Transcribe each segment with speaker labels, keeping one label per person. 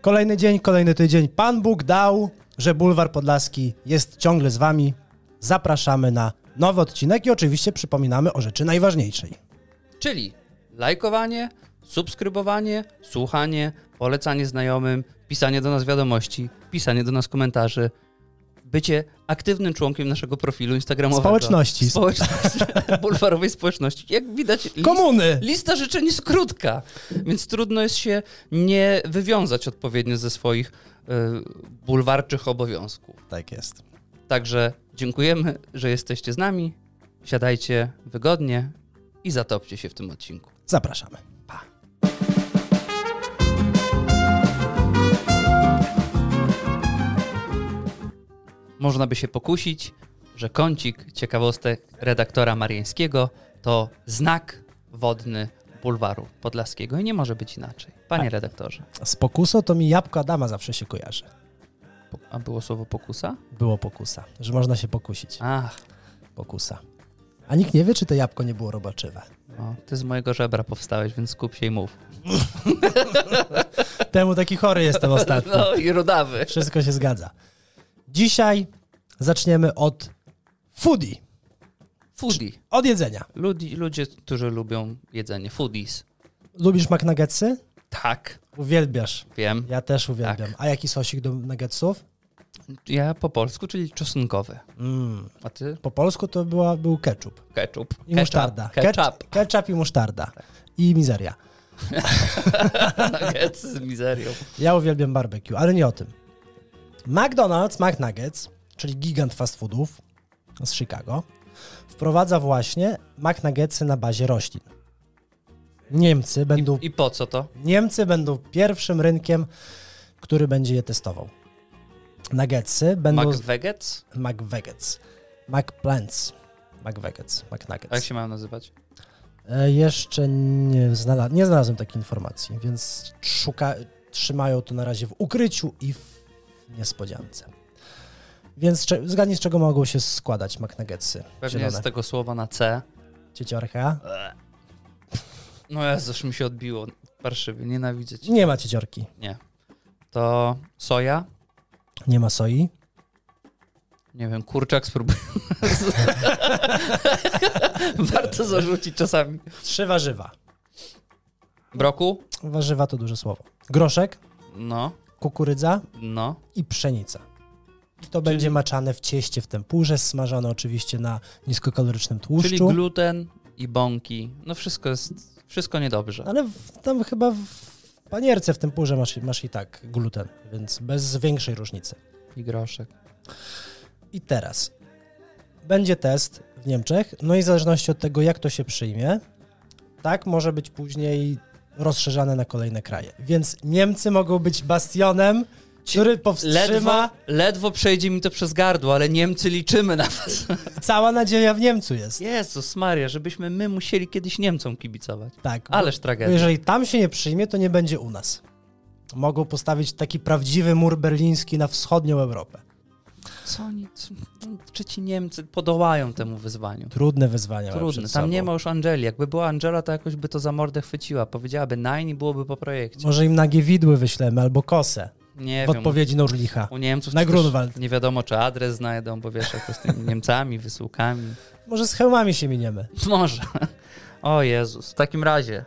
Speaker 1: Kolejny dzień, kolejny tydzień. Pan Bóg dał, że Bulwar Podlaski jest ciągle z wami. Zapraszamy na nowy odcinek i oczywiście przypominamy o rzeczy najważniejszej.
Speaker 2: Czyli lajkowanie, subskrybowanie, słuchanie, polecanie znajomym, pisanie do nas wiadomości, pisanie do nas komentarzy, bycie aktywnym członkiem naszego profilu instagramowego.
Speaker 1: Społeczności.
Speaker 2: Społeczności. Bulwarowej społeczności. Jak widać, list,
Speaker 1: Komuny!
Speaker 2: lista życzeń jest krótka, więc trudno jest się nie wywiązać odpowiednio ze swoich y, bulwarczych obowiązków.
Speaker 1: Tak jest.
Speaker 2: Także dziękujemy, że jesteście z nami. Siadajcie wygodnie i zatopcie się w tym odcinku.
Speaker 1: Zapraszamy.
Speaker 2: Można by się pokusić, że kącik ciekawostek redaktora Mariańskiego to znak wodny bulwaru podlaskiego i nie może być inaczej. Panie redaktorze,
Speaker 1: Z pokusą to mi jabłko Adama zawsze się kojarzy.
Speaker 2: po- a było słowo pokusa?
Speaker 1: Było pokusa, że można się pokusić.
Speaker 2: Ach,
Speaker 1: Pokusa. A nikt nie wie, czy to jabłko nie było robaczywe.
Speaker 2: no, ty z mojego żebra powstałeś, więc skup się i mów.
Speaker 1: Temu taki chory jestem ostatnio.
Speaker 2: No i rudawy.
Speaker 1: Wszystko się zgadza. Dzisiaj zaczniemy od foodie,
Speaker 2: Foodie.
Speaker 1: od jedzenia.
Speaker 2: Ludzi, ludzie, którzy lubią jedzenie. Foodies.
Speaker 1: Lubisz McNuggetsy?
Speaker 2: Tak,
Speaker 1: Uwielbiasz.
Speaker 2: wiem.
Speaker 1: Ja też
Speaker 2: Tak.
Speaker 1: uwielbiam. A jaki sosik do nuggetsów?
Speaker 2: Ja po polsku, czyli czosnkowy.
Speaker 1: Mm.
Speaker 2: A ty?
Speaker 1: Po polsku to była, był ketchup.
Speaker 2: Ketchup.
Speaker 1: I musztarda.
Speaker 2: Ketchup. Tak.
Speaker 1: Ketch- Ketchup i musztarda. I mizeria.
Speaker 2: Nuggets z mizerią.
Speaker 1: Ja uwielbiam barbecue, ale nie o tym. McDonald's McNuggets, czyli gigant fast foodów z Chicago, wprowadza właśnie McNuggetsy na bazie roślin. Niemcy będą
Speaker 2: I po co to?
Speaker 1: Niemcy będą pierwszym rynkiem, który będzie je testował. Nuggetsy będą.
Speaker 2: McVeggets?
Speaker 1: McVeggets. McPlants. McVeggets.
Speaker 2: A jak
Speaker 1: McNuggets.
Speaker 2: się mają nazywać?
Speaker 1: E, jeszcze nie, znala- nie znalazłem takiej informacji, więc szuka- trzymają to na razie w ukryciu i w niespodziance. Więc cze- zgadnij, z czego mogą się składać McNuggetsy.
Speaker 2: Pewnie tak-
Speaker 1: Zielone.
Speaker 2: z tego słowa na C.
Speaker 1: Cieciorka?
Speaker 2: No Jezus, mi się odbiło. Parszywie, nienawidzę cię.
Speaker 1: Nie ma cieciorki.
Speaker 2: Nie. To soja?
Speaker 1: Nie ma soi.
Speaker 2: Nie wiem, kurczak spróbuję. Warto zarzucić czasami.
Speaker 1: Trzy warzywa.
Speaker 2: Broku?
Speaker 1: Warzywa to duże słowo. Groszek,
Speaker 2: No,
Speaker 1: kukurydza,
Speaker 2: no.
Speaker 1: i pszenica. I to będzie maczane w cieście w tempurze, smażone oczywiście na niskokalorycznym tłuszczu.
Speaker 2: Czyli gluten i bąki. No wszystko jest, wszystko niedobrze.
Speaker 1: No ale w, tam chyba w panierce w tempurze masz, masz i tak gluten, więc bez większej różnicy.
Speaker 2: I groszek.
Speaker 1: I teraz będzie test w Niemczech, no i w zależności od tego, jak to się przyjmie, tak może być później rozszerzane na kolejne kraje. Więc Niemcy mogą być bastionem, który
Speaker 2: Ledwo,
Speaker 1: powstrzyma.
Speaker 2: ledwo przejdzie mi to przez gardło, ale Niemcy liczymy na was.
Speaker 1: Cała nadzieja w Niemcu jest.
Speaker 2: Jezus Maria, żebyśmy my musieli kiedyś Niemcom kibicować.
Speaker 1: Tak. bo-
Speaker 2: Ależ
Speaker 1: Bo
Speaker 2: tragedia.
Speaker 1: jeżeli tam się nie przyjmie, to nie będzie u nas. Mogą postawić taki prawdziwy mur berliński na wschodnią Europę.
Speaker 2: Co nic? Czy ci Niemcy podołają temu wyzwaniu?
Speaker 1: Trudne wyzwania. mamy
Speaker 2: Trudne.
Speaker 1: przed
Speaker 2: Tam
Speaker 1: sobą.
Speaker 2: nie ma już Angeli. Jakby była Angela, to jakoś by to za mordę chwyciła. Powiedziałaby nine i byłoby po projekcie.
Speaker 1: Może im nagie widły wyślemy albo kosę
Speaker 2: Nie
Speaker 1: w
Speaker 2: wiem.
Speaker 1: odpowiedzi na Urlicha.
Speaker 2: U Niemców
Speaker 1: Na
Speaker 2: to też
Speaker 1: Grunwald.
Speaker 2: nie wiadomo, czy adres znajdą, bo wiesz, jak to z tymi Niemcami, wysyłkami.
Speaker 1: Może z hełmami się miniemy.
Speaker 2: Może. O Jezus. W takim razie,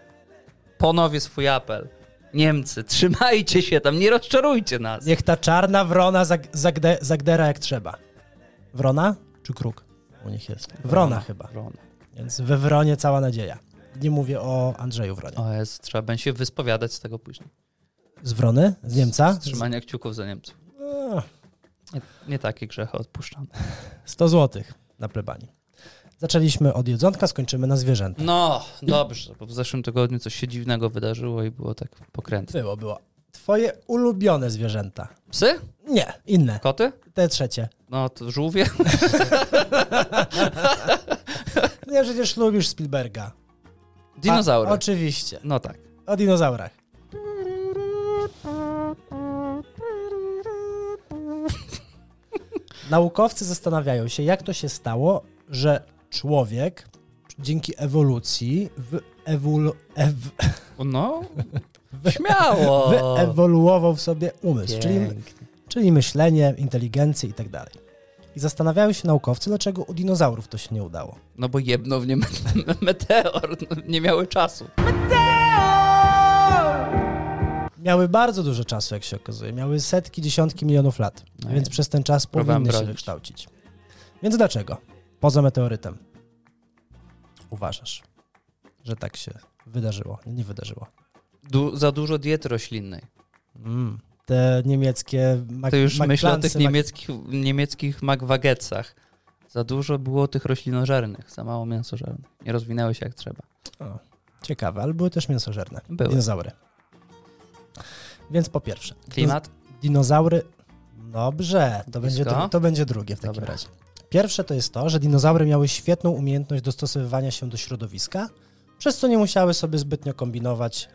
Speaker 2: ponowię swój apel. Niemcy, trzymajcie się tam, nie rozczarujcie nas.
Speaker 1: Niech ta czarna wrona zag- zagde- zagdera jak trzeba. Wrona czy kruk? U nich jest. Wrona, chyba.
Speaker 2: Wrona.
Speaker 1: Więc we wronie cała nadzieja. Nie mówię o Andrzeju Wronie.
Speaker 2: O Jezu, trzeba będzie się wyspowiadać z tego później.
Speaker 1: Z Wrony? Z Niemca? Z...
Speaker 2: Trzymania kciuków za Niemców.
Speaker 1: A.
Speaker 2: Nie, nie takie grzechy odpuszczam.
Speaker 1: 100 zł na plebanii. Zaczęliśmy od jedzonka, skończymy na zwierzęta.
Speaker 2: No, dobrze, bo w zeszłym tygodniu coś się dziwnego wydarzyło i było tak pokrętne.
Speaker 1: Było, było. Twoje ulubione zwierzęta.
Speaker 2: Psy?
Speaker 1: Nie, inne.
Speaker 2: Koty?
Speaker 1: Te trzecie.
Speaker 2: No, to żółwie?
Speaker 1: Nie, No przecież lubisz Spielberga. A,
Speaker 2: Dinozaury.
Speaker 1: oczywiście.
Speaker 2: No tak.
Speaker 1: O dinozaurach. Naukowcy zastanawiają się, jak to się stało, że człowiek dzięki ewolucji w ewolu... Ew...
Speaker 2: No, Śmiało!
Speaker 1: wyewoluował w sobie umysł, czyli,
Speaker 2: Pięknie.
Speaker 1: czyli myślenie, inteligencję i tak dalej. I zastanawiają się naukowcy, dlaczego u dinozaurów to się nie udało.
Speaker 2: No bo jedno w nie me- meteor, no, nie miały czasu.
Speaker 1: Miały bardzo dużo czasu, jak się okazuje. Miały setki, dziesiątki milionów lat,
Speaker 2: No
Speaker 1: więc
Speaker 2: i-
Speaker 1: przez ten czas
Speaker 2: próbowałem
Speaker 1: powinny się
Speaker 2: bronić.
Speaker 1: wykształcić. Więc dlaczego? Poza meteorytem. Uważasz, że tak się wydarzyło? Nie wydarzyło.
Speaker 2: Du- za dużo diety roślinnej.
Speaker 1: Mm. Te niemieckie mak-
Speaker 2: To już myślę o tych
Speaker 1: makplansy, mak-
Speaker 2: niemieckich, niemieckich makwagecach. Za dużo było tych roślinożernych, za mało mięsożernych. Nie rozwinęły się jak trzeba.
Speaker 1: O, ciekawe, ale były też mięsożerne.
Speaker 2: Były.
Speaker 1: Dinozaury. Więc po pierwsze.
Speaker 2: Klimat?
Speaker 1: Dinozaury. Dobrze, to będzie,
Speaker 2: Blisko?
Speaker 1: dru- to będzie drugie w takim
Speaker 2: Dobra.
Speaker 1: razie. Pierwsze to jest to, że dinozaury miały świetną umiejętność dostosowywania się do środowiska, przez co nie musiały sobie zbytnio kombinować,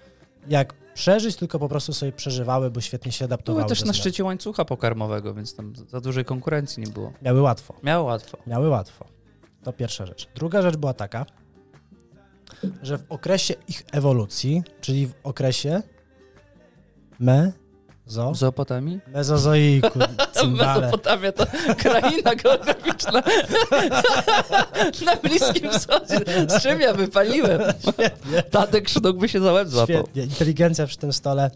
Speaker 1: jak przeżyć, tylko po prostu sobie przeżywały, bo świetnie się adaptowały.
Speaker 2: Były też
Speaker 1: do
Speaker 2: na
Speaker 1: zmian.
Speaker 2: szczycie łańcucha pokarmowego, więc tam za dużej konkurencji nie było.
Speaker 1: Miały łatwo.
Speaker 2: Miało łatwo.
Speaker 1: Miały łatwo. To pierwsza rzecz. Druga rzecz była taka, że w okresie ich ewolucji, czyli w okresie mezo,
Speaker 2: Zoopotami?
Speaker 1: mezozoiku, cymbale,
Speaker 2: Mezopotamia to kraina geograficzna na Bliskim Wschodzie. Z czym ja wypaliłem? Tadek Szydok by się za łeb złapał.
Speaker 1: świetnie, inteligencja przy tym stole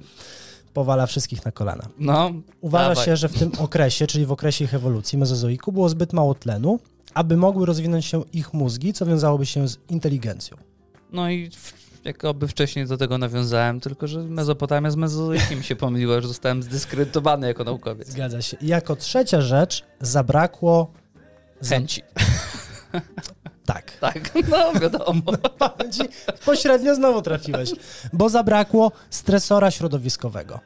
Speaker 1: powala wszystkich na kolana.
Speaker 2: No,
Speaker 1: Uważa
Speaker 2: Dawaj.
Speaker 1: się, że w tym okresie, czyli w okresie ich ewolucji, mezozoiku, było zbyt mało tlenu, aby mogły rozwinąć się ich mózgi, co wiązałoby się z inteligencją.
Speaker 2: no i w- jakoby wcześniej do tego nawiązałem, tylko że Mezopotamia z Mezozoikiem się pomyliła, że zostałem zdyskredytowany jako naukowiec.
Speaker 1: Zgadza się. I jako trzecia rzecz zabrakło... za-
Speaker 2: Chęci.
Speaker 1: Tak.
Speaker 2: Tak, no wiadomo.
Speaker 1: pamięci pośrednio znowu trafiłeś, bo zabrakło stresora środowiskowego.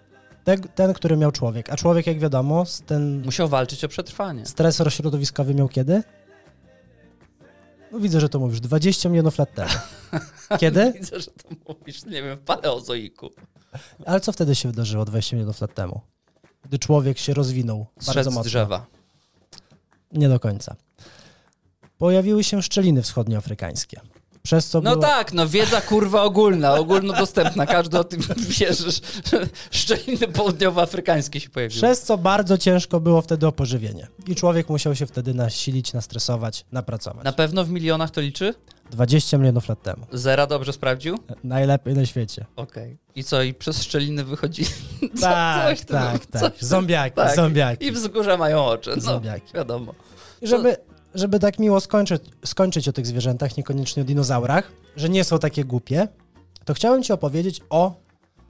Speaker 1: Ten, ten, który miał człowiek. A człowiek, jak wiadomo, z- ten
Speaker 2: Musiał walczyć o przetrwanie.
Speaker 1: stresor środowiskowy miał kiedy? No, widzę, że to mówisz. 20 milionów lat temu. Kiedy?
Speaker 2: Widzę, że to mówisz, nie wiem, w paleozoiku.
Speaker 1: Ale co wtedy się wydarzyło 20 milionów lat temu? Gdy człowiek się rozwinął bardzo
Speaker 2: Zszedł z
Speaker 1: mocno.
Speaker 2: drzewa.
Speaker 1: Nie do końca. Pojawiły się szczeliny wschodnioafrykańskie. Przez co
Speaker 2: No
Speaker 1: było...
Speaker 2: tak, no wiedza kurwa ogólna, ogólnodostępna, każdy o tym wie, że szczeliny południowoafrykańskie się pojawiły.
Speaker 1: Przez co bardzo ciężko było wtedy o pożywienie. I człowiek musiał się wtedy nasilić, nastresować, napracować.
Speaker 2: Na pewno w milionach to liczy?
Speaker 1: 20 milionów lat temu.
Speaker 2: Zera dobrze sprawdził?
Speaker 1: Najlepiej na świecie.
Speaker 2: Okej. I co, i przez szczeliny wychodzi co,
Speaker 1: tak,
Speaker 2: coś,
Speaker 1: tak,
Speaker 2: no,
Speaker 1: tak. Zombiaki,
Speaker 2: tak.
Speaker 1: zombiaki.
Speaker 2: I wzgórza mają oczy, no
Speaker 1: Zombiaki.
Speaker 2: wiadomo.
Speaker 1: I żeby, żeby tak miło skończyć, skończyć o tych zwierzętach, niekoniecznie o dinozaurach, że nie są takie głupie, to chciałem ci opowiedzieć o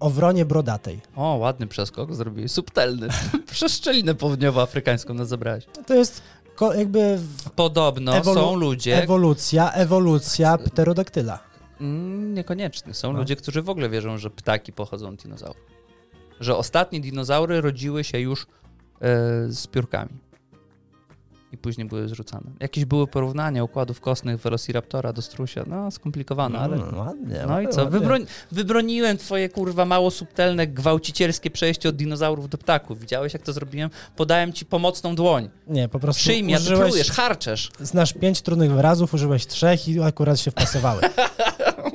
Speaker 1: owronie brodatej.
Speaker 2: O, ładny przeskok zrobiłeś, subtelny. przez szczelinę południowoafrykańską nas zabrałeś.
Speaker 1: To jest ko- jakby w-
Speaker 2: Podobno
Speaker 1: Ewolu-
Speaker 2: są ludzie,
Speaker 1: ewolucja, ewolucja pterodaktyla.
Speaker 2: Mm, niekoniecznie, są
Speaker 1: No.
Speaker 2: ludzie, którzy w ogóle wierzą, że ptaki pochodzą od dinozaurów. Że ostatnie dinozaury rodziły się już e, z piórkami. I później były zrzucane. Jakieś były porównania układów kostnych Velociraptora do strusia. No, skomplikowane, ale...
Speaker 1: Mm, ładnie,
Speaker 2: No i co?
Speaker 1: ładnie.
Speaker 2: Wybroń, wybroniłem twoje kurwa mało subtelne, gwałcicielskie przejście od dinozaurów do ptaków. Widziałeś, jak to zrobiłem? Podałem ci pomocną dłoń.
Speaker 1: Nie, po prostu
Speaker 2: Przyjmij, a ty
Speaker 1: użyłeś
Speaker 2: plujesz, harczesz.
Speaker 1: Znasz pięć trudnych wyrazów, użyłeś trzech i akurat się wpasowały.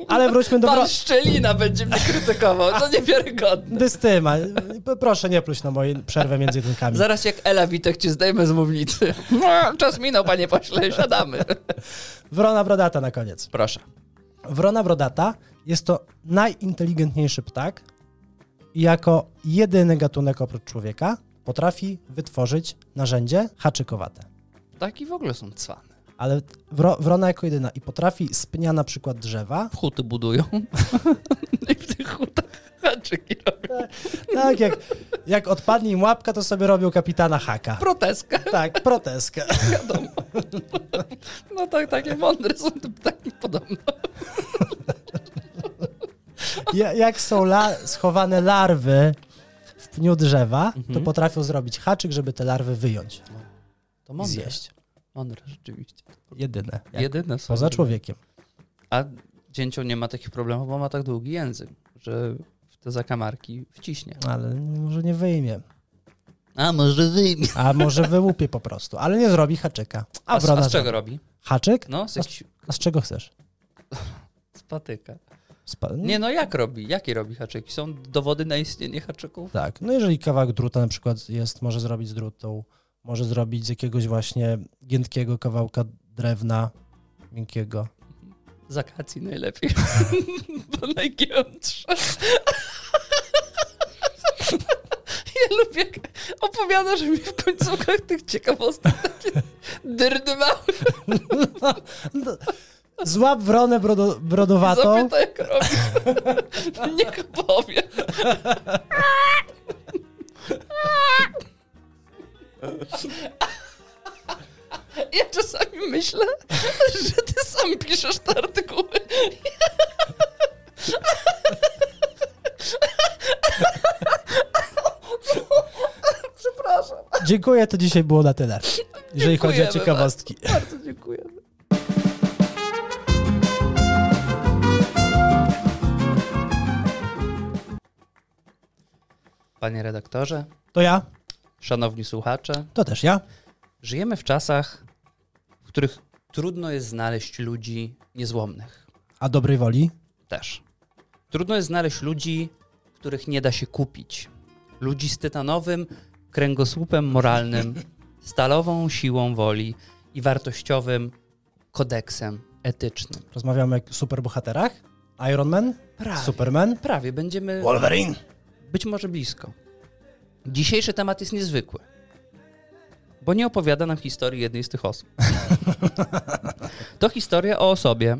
Speaker 1: Ale wróćmy do...
Speaker 2: Pan
Speaker 1: Wro-
Speaker 2: Szczelina będzie mnie krytykował. To niewiarygodne.
Speaker 1: Dystyma, P- proszę nie pluć na moje przerwę między jedynkami.
Speaker 2: Zaraz jak Ela Witek cię zdejmę z mównicy. No, Czas minął, panie pośle, siadamy.
Speaker 1: Wrona brodata na koniec.
Speaker 2: Proszę.
Speaker 1: Wrona brodata jest to najinteligentniejszy ptak i jako jedyny gatunek oprócz człowieka potrafi wytworzyć narzędzie haczykowate.
Speaker 2: Taki w ogóle są cwane.
Speaker 1: Ale wro, wrona jako jedyna i potrafi z pnia na przykład drzewa,
Speaker 2: Huty budują. I w tych hutach haczyki robią.
Speaker 1: tak jak, jak odpadnie im łapka, to sobie robił kapitana haka.
Speaker 2: Proteskę.
Speaker 1: Tak, proteskę.
Speaker 2: No tak, takie mądre są te ptaki podobno.
Speaker 1: Ja- Jak są la- schowane larwy w pniu drzewa, to potrafią zrobić haczyk, żeby te larwy wyjąć
Speaker 2: To
Speaker 1: i
Speaker 2: mądre.
Speaker 1: zjeść.
Speaker 2: Mądre rzeczywiście.
Speaker 1: Jedyne. Jak
Speaker 2: Jedyne są.
Speaker 1: poza człowiekiem.
Speaker 2: A dzięcioł nie ma takich problemów, bo ma tak długi język, że w te zakamarki wciśnie.
Speaker 1: Ale może nie wyjmie.
Speaker 2: A może wyjmie.
Speaker 1: A może wyłupie po prostu, ale nie zrobi haczyka.
Speaker 2: A, z- a
Speaker 1: wrona
Speaker 2: z czego No.
Speaker 1: zrobi.
Speaker 2: robi?
Speaker 1: Haczyk?
Speaker 2: No, z jakichś
Speaker 1: A z czego chcesz?
Speaker 2: z patyka.
Speaker 1: Z Spa-
Speaker 2: Nie no, jak robi? Jakie robi haczyki? Są dowody na istnienie haczyków?
Speaker 1: Tak, no jeżeli kawałek druta na przykład jest, może zrobić z drutą, może zrobić z jakiegoś właśnie giętkiego kawałka drewna, miękkiego.
Speaker 2: Z akacji najlepiej. Bo najgiętrze. ja lubię, jak opowiadasz mi w końcówkach tych ciekawostek takie dyrdy małe.
Speaker 1: Złap wronę brodo, brodowatą.
Speaker 2: Zapytaj, jak robi. Niech powie. Ja czasami myślę, że ty sam piszesz te artykuły. Przepraszam.
Speaker 1: Dziękuję, to dzisiaj było na tyle. Jeżeli chodzi o
Speaker 2: Dziękujemy
Speaker 1: ciekawostki.
Speaker 2: Bardzo dziękujemy. Panie redaktorze,
Speaker 1: To ja,
Speaker 2: szanowni słuchacze,
Speaker 1: to też ja.
Speaker 2: żyjemy w czasach, w których trudno jest znaleźć ludzi niezłomnych.
Speaker 1: A dobrej woli?
Speaker 2: Też. Trudno jest znaleźć ludzi, których nie da się kupić. Ludzi z tytanowym kręgosłupem moralnym, stalową siłą woli i wartościowym kodeksem etycznym.
Speaker 1: Rozmawiamy o superbohaterach. Iron Man,
Speaker 2: Prawie.
Speaker 1: Superman,
Speaker 2: Prawie będziemy
Speaker 1: Wolverine.
Speaker 2: być może blisko. Dzisiejszy temat jest niezwykły, bo nie opowiada nam historii jednej z tych osób. to historia o osobie,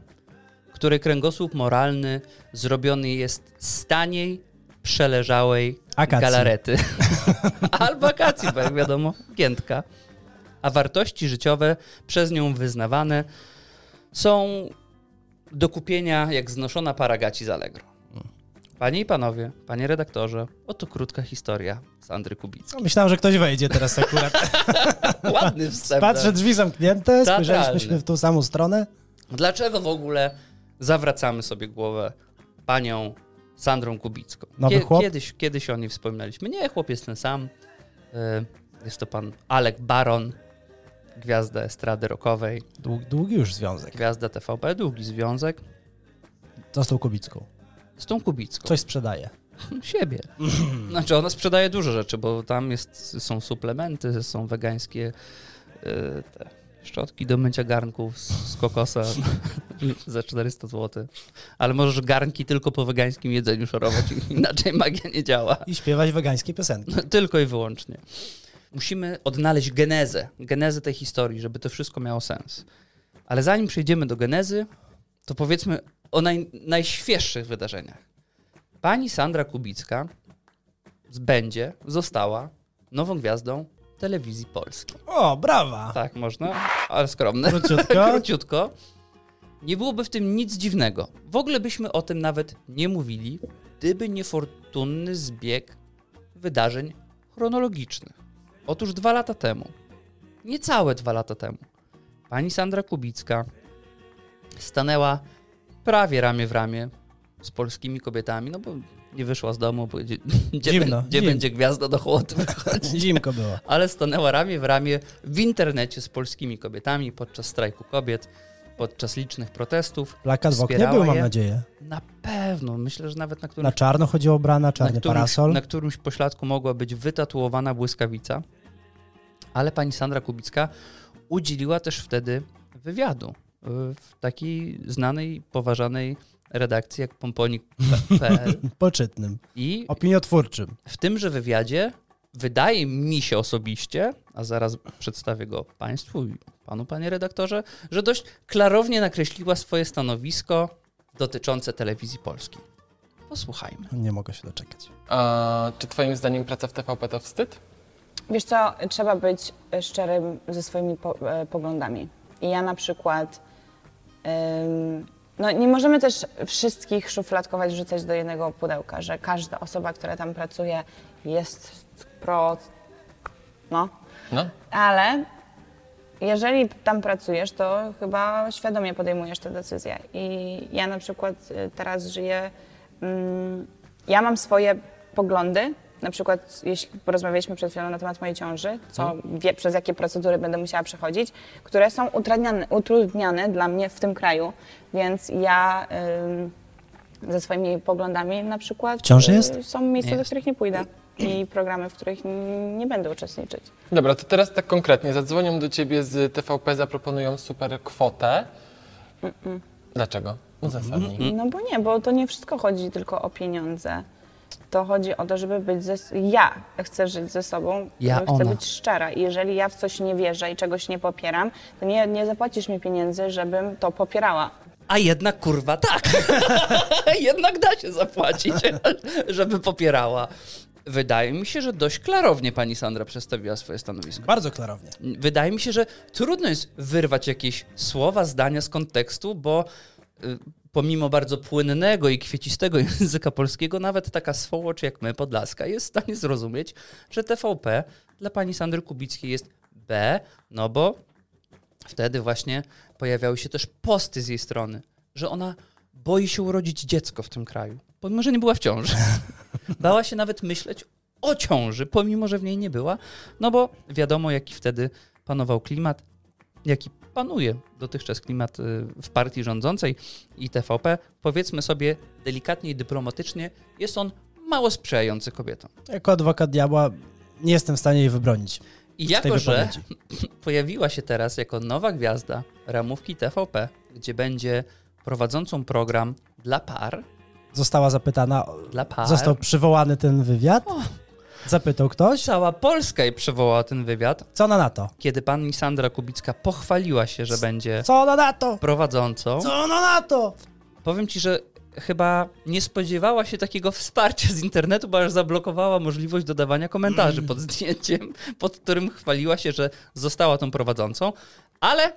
Speaker 2: której kręgosłup moralny zrobiony jest z taniej, przeleżałej
Speaker 1: Akacji.
Speaker 2: galarety. Albo akacji, bo jak wiadomo, giętka. A wartości życiowe przez nią wyznawane są do kupienia jak znoszona para gaci z Allegro. Panie i panowie, panie redaktorze, oto krótka historia Sandry Kubickiej.
Speaker 1: No, Myślałem, że ktoś wejdzie teraz akurat.
Speaker 2: Ładny wstęp.
Speaker 1: Patrzę, drzwi zamknięte,
Speaker 2: Teatralny.
Speaker 1: spojrzeliśmy w tą samą stronę.
Speaker 2: Dlaczego w ogóle zawracamy sobie głowę panią Sandrą Kubicką?
Speaker 1: Nowy chłop?
Speaker 2: Kiedyś, kiedyś o niej wspominaliśmy. Nie, chłop jest ten sam. Y, Jest to pan Alek Baron, gwiazda estrady rockowej,
Speaker 1: Długi, długi już związek.
Speaker 2: gwiazda TVP, długi związek
Speaker 1: Co z tą Kubicką?
Speaker 2: z tą Kubicką.
Speaker 1: Coś sprzedaje.
Speaker 2: siebie. Znaczy ona sprzedaje dużo rzeczy, bo tam jest, są suplementy, są wegańskie e, te szczotki do mycia garnków z, z kokosa za 400 zł. Ale możesz garnki tylko po wegańskim jedzeniu szorować, inaczej magia nie działa.
Speaker 1: I śpiewać wegańskie piosenki.
Speaker 2: No, tylko i wyłącznie. Musimy odnaleźć genezę, genezę tej historii, żeby to wszystko miało sens. Ale zanim przejdziemy do genezy, to powiedzmy o naj, najświeższych wydarzeniach. Pani Sandra Kubicka z- będzie, została nową gwiazdą telewizji polskiej.
Speaker 1: O, brawa!
Speaker 2: Tak można, ale skromne.
Speaker 1: Króciutko.
Speaker 2: Króciutko. Nie byłoby w tym nic dziwnego. W ogóle byśmy o tym nawet nie mówili, gdyby niefortunny zbieg wydarzeń chronologicznych. Otóż dwa lata temu, niecałe dwa lata temu, pani Sandra Kubicka stanęła prawie ramię w ramię z polskimi kobietami, no bo nie wyszła z domu, bo gdzie, gdzie,
Speaker 1: Zimno,
Speaker 2: będzie- gdzie
Speaker 1: zimno.
Speaker 2: będzie gwiazda do chłodu wychodzi
Speaker 1: Zimko było.
Speaker 2: ale stanęła ramię w ramię w internecie z polskimi kobietami podczas strajku kobiet, podczas licznych protestów.
Speaker 1: Plakat w oknie
Speaker 2: Wspierała
Speaker 1: był, mam
Speaker 2: je.
Speaker 1: nadzieję.
Speaker 2: Na pewno, myślę, że nawet na
Speaker 1: Na
Speaker 2: którymś,
Speaker 1: czarno chodziło ubrana,
Speaker 2: na
Speaker 1: czarny
Speaker 2: którymś,
Speaker 1: parasol.
Speaker 2: na którymś pośladku mogła być wytatuowana błyskawica, ale pani Sandra Kubicka udzieliła też wtedy wywiadu y, w takiej znanej, poważanej redakcji jak pomponik.pl
Speaker 1: Poczytnym.
Speaker 2: i
Speaker 1: Opiniotwórczym.
Speaker 2: w tymże wywiadzie wydaje mi się osobiście, a zaraz przedstawię go Państwu i Panu, Panie redaktorze, że dość klarownie nakreśliła swoje stanowisko dotyczące telewizji polskiej. Posłuchajmy.
Speaker 1: Nie mogę się doczekać.
Speaker 3: A czy twoim zdaniem praca w TVP to wstyd?
Speaker 4: Wiesz co, trzeba być e, szczerym ze swoimi po, e, poglądami. I ja na przykład. Ym, no, nie możemy też wszystkich szufladkować, rzucać do jednego pudełka, że każda osoba, która tam pracuje, jest pro. No,
Speaker 3: No.
Speaker 4: ale jeżeli tam pracujesz, to chyba świadomie podejmujesz te decyzje. I ja na przykład y, teraz żyję. Mm, ja mam swoje poglądy. Na przykład, jeśli porozmawialiśmy przed chwilą na temat mojej ciąży, co wie, przez jakie procedury będę musiała przechodzić, które są utrudniane, utrudniane dla mnie w tym kraju, więc ja. ym, ze swoimi poglądami na przykład.
Speaker 1: Wciąż
Speaker 4: y,
Speaker 1: jest?
Speaker 4: Są miejsca, do
Speaker 2: Jest.
Speaker 4: których nie pójdę i programy, w których n- nie będę uczestniczyć.
Speaker 3: Dobra, to teraz tak konkretnie. Zadzwonią do ciebie z TVP, zaproponują super kwotę. Dlaczego? Uzasadnij.
Speaker 2: Mm.
Speaker 4: No bo nie, bo to nie wszystko chodzi tylko o pieniądze. To chodzi o to, żeby być ze... Ja chcę żyć ze sobą,
Speaker 2: Ja,
Speaker 4: chcę
Speaker 2: ona.
Speaker 4: być szczera. I jeżeli ja w coś nie wierzę i czegoś nie popieram, to nie, nie zapłacisz mi pieniędzy, żebym to popierała.
Speaker 2: A jednak kurwa tak. jednak da się zapłacić, żeby popierała. Wydaje mi się, że dość klarownie pani Sandra przedstawiła swoje stanowisko.
Speaker 1: Bardzo klarownie.
Speaker 2: Wydaje mi się, że trudno jest wyrwać jakieś słowa, zdania z kontekstu, bo y, pomimo bardzo płynnego i kwiecistego języka polskiego, nawet taka swołocz jak my, Podlaska, jest w stanie zrozumieć, że TVP dla pani Sandry Kubickiej jest B, no bo wtedy właśnie pojawiały się też posty z jej strony, że ona boi się urodzić dziecko w tym kraju, pomimo że nie była w ciąży. Bała się nawet myśleć o ciąży, pomimo że w niej nie była, no bo wiadomo, jaki wtedy panował klimat, jaki panuje dotychczas klimat y, w partii rządzącej i TVP. Powiedzmy sobie delikatnie i dyplomatycznie, jest on mało sprzyjający kobietom.
Speaker 1: Jako adwokat diabła nie jestem w stanie jej wybronić.
Speaker 2: I
Speaker 1: w tej
Speaker 2: jako, że
Speaker 1: wypowiedzi.
Speaker 2: pojawiła się teraz jako nowa gwiazda ramówki TVP, gdzie będzie prowadzącą program dla par.
Speaker 1: Została zapytana,
Speaker 2: Dla par.
Speaker 1: został przywołany ten wywiad. Zapytał ktoś,
Speaker 2: Cała Polska jej przywołała ten wywiad,
Speaker 1: co ona na to?
Speaker 2: kiedy pani Sandra Kubicka pochwaliła się, że będzie
Speaker 1: Co ona na to?
Speaker 2: prowadzącą.
Speaker 1: Co ona na to?
Speaker 2: Powiem ci, że chyba nie spodziewała się takiego wsparcia z internetu, bo aż zablokowała możliwość dodawania
Speaker 1: Mm.
Speaker 2: komentarzy pod zdjęciem, pod którym chwaliła się, że została tą prowadzącą, ale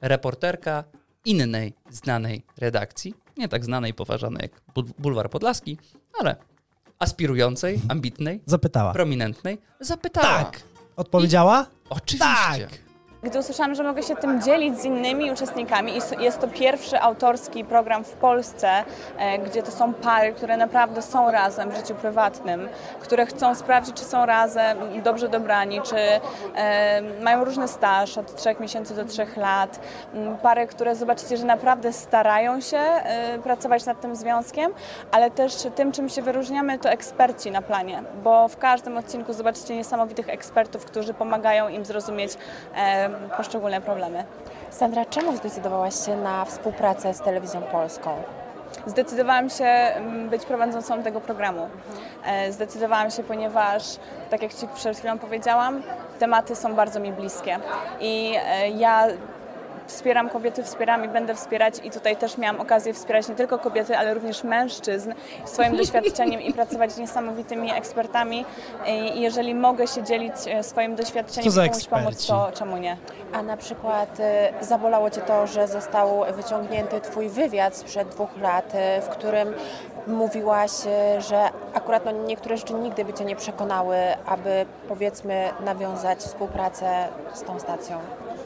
Speaker 2: reporterka innej znanej redakcji, nie tak znanej i poważanej jak Bul- Bulwar Podlaski, ale aspirującej, ambitnej,
Speaker 1: Zapytała.
Speaker 2: prominentnej, zapytała.
Speaker 1: Tak. Odpowiedziała?
Speaker 2: Oczywiście.
Speaker 1: Tak.
Speaker 4: Gdy usłyszałam, że mogę się tym dzielić z innymi uczestnikami i s- jest to pierwszy autorski program w Polsce, e, gdzie to są pary, które naprawdę są razem w życiu prywatnym, które chcą sprawdzić, czy są razem, dobrze dobrani, czy e, mają różny staż od 3 miesięcy do 3 lat. M, Pary, które zobaczycie, że naprawdę starają się e, pracować nad tym związkiem, ale też tym, czym się wyróżniamy, to eksperci na planie, bo w każdym odcinku zobaczycie niesamowitych ekspertów, którzy pomagają im zrozumieć e, poszczególne problemy.
Speaker 5: Sandra, czemu zdecydowałaś się na współpracę z Telewizją Polską?
Speaker 4: Zdecydowałam się mm, być prowadzącą tego programu. E, Zdecydowałam się, ponieważ, tak jak Ci przed chwilą powiedziałam, tematy są bardzo mi bliskie i e, ja wspieram kobiety, wspieram i będę wspierać i tutaj też miałam okazję wspierać nie tylko kobiety, ale również mężczyzn swoim doświadczeniem i pracować z niesamowitymi ekspertami I jeżeli mogę się dzielić e, swoim doświadczeniem
Speaker 1: za
Speaker 4: i komuś pomóc,
Speaker 1: eksperci?
Speaker 4: to czemu nie?
Speaker 5: A na przykład y, zabolało Cię to, że został wyciągnięty Twój wywiad sprzed dwóch lat, y, w którym mówiłaś, y, że akurat no, niektóre rzeczy nigdy by Cię nie przekonały, aby powiedzmy nawiązać współpracę z tą stacją.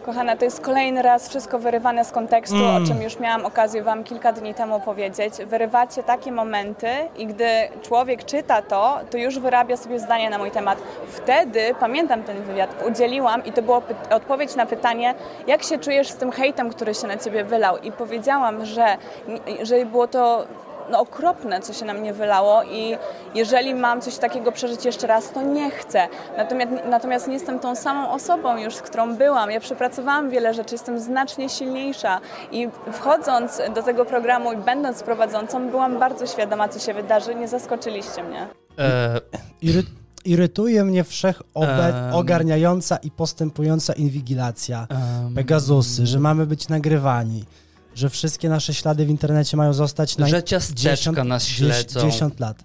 Speaker 4: Kochana, to jest kolejny raz wszystko wyrywane z kontekstu, o czym już miałam okazję Wam kilka dni temu powiedzieć. Wyrywacie takie momenty i gdy człowiek czyta to, to już wyrabia sobie zdanie na mój temat. Wtedy, pamiętam ten wywiad, udzieliłam i to była py- odpowiedź na pytanie, jak się czujesz z tym hejtem, który się na Ciebie wylał. I powiedziałam, że, że było to no, okropne, co się na mnie wylało i jeżeli mam coś takiego przeżyć jeszcze raz, to nie chcę. Natomiast, natomiast nie jestem tą samą osobą już, z którą byłam. Ja przepracowałam wiele rzeczy, jestem znacznie silniejsza i wchodząc do tego programu i będąc prowadzącą, byłam bardzo świadoma, co się wydarzy. Nie zaskoczyliście mnie.
Speaker 2: E,
Speaker 1: Iry irytuje mnie wszechobe-
Speaker 2: Em.
Speaker 1: ogarniająca i postępująca inwigilacja.
Speaker 2: em,
Speaker 1: Pegasusy, że mamy być nagrywani, że wszystkie nasze ślady w internecie mają zostać na
Speaker 2: że ciasteczka nas śledzą.
Speaker 1: 10 lat.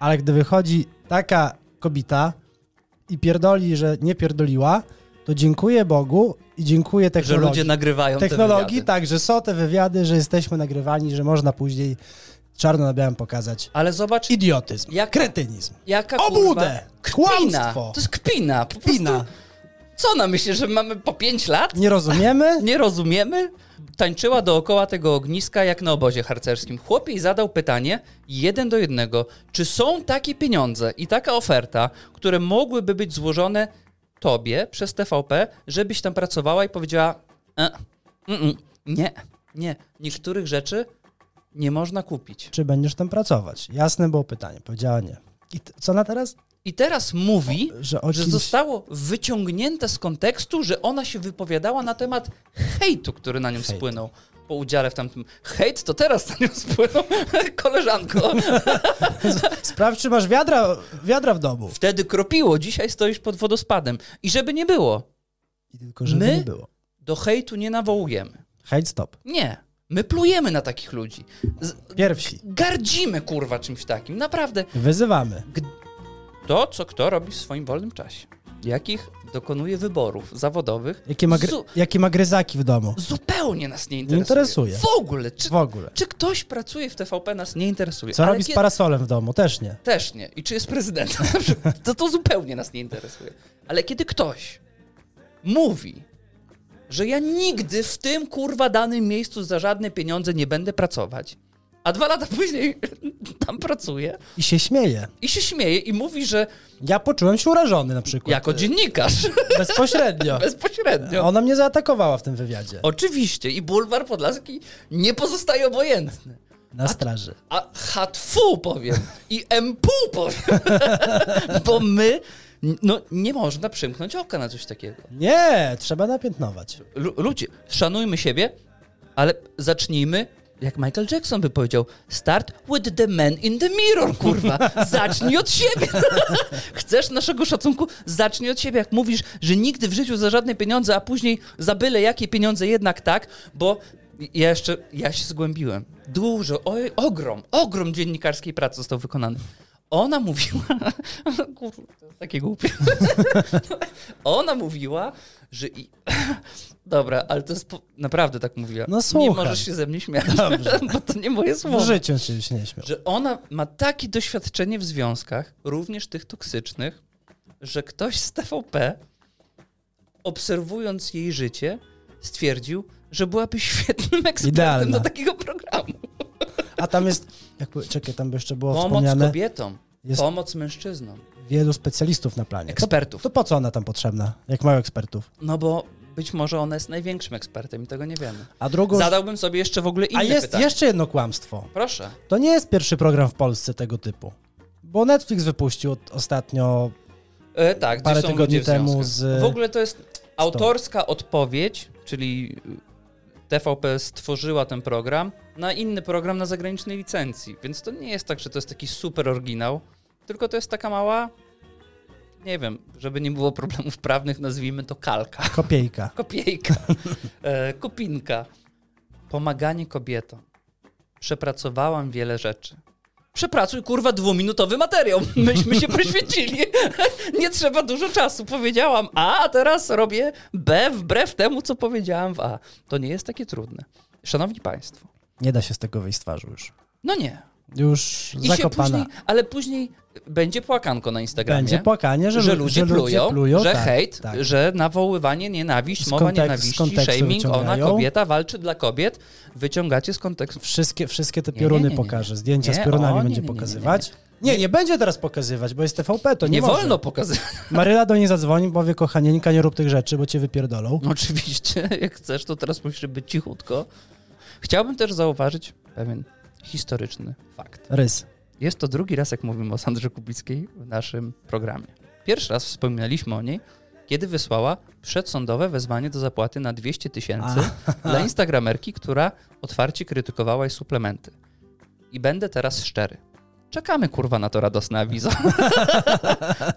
Speaker 1: Ale gdy wychodzi taka kobita i pierdoli, że nie pierdoliła, to dziękuję Bogu i dziękuję
Speaker 2: Że
Speaker 1: technologii.
Speaker 2: ludzie nagrywają te
Speaker 1: technologii,
Speaker 2: wywiady.
Speaker 1: tak, że są te wywiady, że jesteśmy nagrywani, że można później czarno na białym pokazać.
Speaker 2: Ale zobacz,
Speaker 1: Idiotyzm,
Speaker 2: Jak-
Speaker 1: kretynizm,
Speaker 2: Jaka
Speaker 1: Obudę!
Speaker 2: kurwa? Kpina.
Speaker 1: Kłamstwo!
Speaker 2: To jest kpina. Po
Speaker 1: pina.
Speaker 2: Prostu, co ona myśli, że mamy po 5 lat?
Speaker 1: Nie rozumiemy?
Speaker 2: Nie rozumiemy? Tańczyła dookoła tego ogniska jak na obozie harcerskim. Chłopie i zadał pytanie jeden do jednego. Czy są takie pieniądze i taka oferta, które mogłyby być złożone tobie przez TVP, żebyś tam pracowała i powiedziała e, mm, mm, nie, nie, niektórych rzeczy nie można kupić.
Speaker 1: Czy będziesz tam pracować? Jasne było pytanie. Powiedziała nie. I t- co na teraz?
Speaker 2: I teraz mówi,
Speaker 1: Że o
Speaker 2: że
Speaker 1: czymś-
Speaker 2: zostało wyciągnięte z kontekstu, że ona się wypowiadała na temat hejtu, który na nią
Speaker 1: Hejtu.
Speaker 2: spłynął po udziale w tamtym. Hejt to teraz na nią spłynął, koleżanko.
Speaker 1: Sprawdź, czy masz wiadra, wiadra w domu.
Speaker 2: Wtedy kropiło, dzisiaj stoisz pod wodospadem. I żeby nie było,
Speaker 1: I tylko, żeby
Speaker 2: My?
Speaker 1: nie było.
Speaker 2: do hejtu nie nawołujemy.
Speaker 1: Hejt stop.
Speaker 2: Nie. My plujemy na takich ludzi. Z-
Speaker 1: Pierwsi.
Speaker 2: gardzimy, kurwa, czymś takim. Naprawdę.
Speaker 1: Wyzywamy.
Speaker 2: To, co kto robi w swoim wolnym czasie. Jakich dokonuje wyborów zawodowych.
Speaker 1: Jakie ma, gry,
Speaker 2: zu-
Speaker 1: jakie ma gryzaki w domu?
Speaker 2: zupełnie nas nie
Speaker 1: Nie
Speaker 2: interesuje.
Speaker 1: interesuje.
Speaker 2: W ogóle. Czy,
Speaker 1: W ogóle.
Speaker 2: czy ktoś pracuje w TVP nas nie interesuje.
Speaker 1: Co
Speaker 2: Ale
Speaker 1: robi z
Speaker 2: kiedy-
Speaker 1: parasolem w domu? Też nie.
Speaker 2: Też nie. I czy jest prezydentem? to, to zupełnie nas nie interesuje. Ale kiedy ktoś mówi, że ja nigdy w tym kurwa danym miejscu za żadne pieniądze nie będę pracować, a dwa lata później tam pracuje
Speaker 1: I się śmieje.
Speaker 2: i się śmieje i mówi, że
Speaker 1: Ja poczułem się urażony na przykład.
Speaker 2: jako dziennikarz
Speaker 1: Bezpośrednio.
Speaker 2: bezpośrednio.
Speaker 1: Ona mnie zaatakowała w tym wywiadzie.
Speaker 2: Oczywiście i bulwar podlaski nie pozostaje obojętny.
Speaker 1: Na straży.
Speaker 2: A hatfu powiem i empu powiem, bo my, no nie można przymknąć oka na coś takiego.
Speaker 1: Nie, trzeba napiętnować.
Speaker 2: Lu- ludzie, szanujmy siebie, ale zacznijmy, jak Michael Jackson by powiedział, start with the man in the mirror, kurwa. Zacznij od siebie. Chcesz naszego szacunku? Zacznij od siebie. Jak mówisz, że nigdy w życiu za żadne pieniądze, a później za byle jakie pieniądze jednak tak, bo ja jeszcze, ja się zgłębiłem. Dużo, oj, ogrom, ogrom dziennikarskiej pracy został wykonany. Ona mówiła, kurwa, to jest takie głupie. Ona mówiła, że i... Dobra, ale to jest po... naprawdę tak mówiła.
Speaker 1: No słucham.
Speaker 2: Nie możesz się ze mnie śmiać,
Speaker 1: Dobrze.
Speaker 2: bo to nie moje
Speaker 1: W
Speaker 2: słowa.
Speaker 1: życiu się już nie śmiał.
Speaker 2: Że ona ma takie doświadczenie w związkach, również tych toksycznych, że ktoś z TVP, obserwując jej życie, stwierdził, że byłaby świetnym ekspertem
Speaker 1: Idealna.
Speaker 2: do takiego programu.
Speaker 1: A tam jest, jak, powie- czekaj, tam by jeszcze było
Speaker 2: Pomoc
Speaker 1: wspomniane,
Speaker 2: kobietom,
Speaker 1: jest-
Speaker 2: pomoc mężczyznom,
Speaker 1: wielu specjalistów na planie. To,
Speaker 2: ekspertów.
Speaker 1: to po co ona tam potrzebna, jak mają ekspertów?
Speaker 2: No bo być może ona jest największym ekspertem i tego nie wiemy.
Speaker 1: A drugą...
Speaker 2: Zadałbym sobie jeszcze w ogóle inne
Speaker 1: A jest
Speaker 2: pytanie.
Speaker 1: jeszcze jedno kłamstwo.
Speaker 2: Proszę.
Speaker 1: To nie jest pierwszy program w Polsce tego typu. Bo Netflix wypuścił od- ostatnio
Speaker 2: E, tak,
Speaker 1: Parę
Speaker 2: gdzie są
Speaker 1: tygodni
Speaker 2: ludzie w
Speaker 1: temu
Speaker 2: związkach.
Speaker 1: z-
Speaker 2: W ogóle to jest autorska odpowiedź, czyli y, TVP stworzyła ten program na inny program na zagranicznej licencji. Więc to nie jest tak, że to jest taki super oryginał, tylko to jest taka mała, nie wiem, żeby nie było problemów prawnych, nazwijmy to kalka.
Speaker 1: Kopiejka.
Speaker 2: Kopiejka, e, kupinka. Pomaganie kobietom. Przepracowałam wiele rzeczy. Przepracuj kurwa dwuminutowy materiał. Myśmy się poświęcili. Nie trzeba dużo czasu. Powiedziałam A, a teraz robię B wbrew temu, co powiedziałam w A. To nie jest takie trudne. Szanowni Państwo.
Speaker 1: Nie da się z tego wyjść z twarzy już.
Speaker 2: No nie.
Speaker 1: Już
Speaker 2: I
Speaker 1: zakopana.
Speaker 2: się później, ale później będzie płakanko na Instagramie.
Speaker 1: Będzie płakanie, że,
Speaker 2: że,
Speaker 1: lu-
Speaker 2: ludzie, plują, że
Speaker 1: tak,
Speaker 2: hejt,
Speaker 1: tak.
Speaker 2: że nawoływanie, nienawiść,
Speaker 1: Z
Speaker 2: mowa
Speaker 1: kontek- z
Speaker 2: nienawiści,
Speaker 1: kontekstu
Speaker 2: shaming, ona
Speaker 1: wyciągają.
Speaker 2: kobieta walczy dla kobiet, wyciągacie z kontekstu.
Speaker 1: Wszystkie, wszystkie te
Speaker 2: Nie,
Speaker 1: pioruny
Speaker 2: nie, nie, nie.
Speaker 1: pokaże, zdjęcia
Speaker 2: Nie,
Speaker 1: z piorunami
Speaker 2: o, nie,
Speaker 1: będzie
Speaker 2: nie, nie, nie,
Speaker 1: pokazywać. Nie, nie, będzie teraz pokazywać, bo jest TVP, to
Speaker 2: Nie,
Speaker 1: nie, może.
Speaker 2: wolno pokazywać.
Speaker 1: Maryla do niej zadzwoni, powie, kochanieńka, nie rób tych rzeczy, bo cię wypierdolą.
Speaker 2: Oczywiście, jak chcesz, to teraz musisz być cichutko. Chciałbym też zauważyć pewien historyczny fakt.
Speaker 1: Rys.
Speaker 2: Jest to drugi raz, jak mówimy o Sandrze Kubickiej w naszym programie. Pierwszy raz wspominaliśmy o niej, kiedy wysłała przedsądowe wezwanie do zapłaty na 200 tysięcy dla instagramerki, która otwarcie krytykowała jej suplementy. I będę teraz szczery. Czekamy kurwa na to radosne awizo.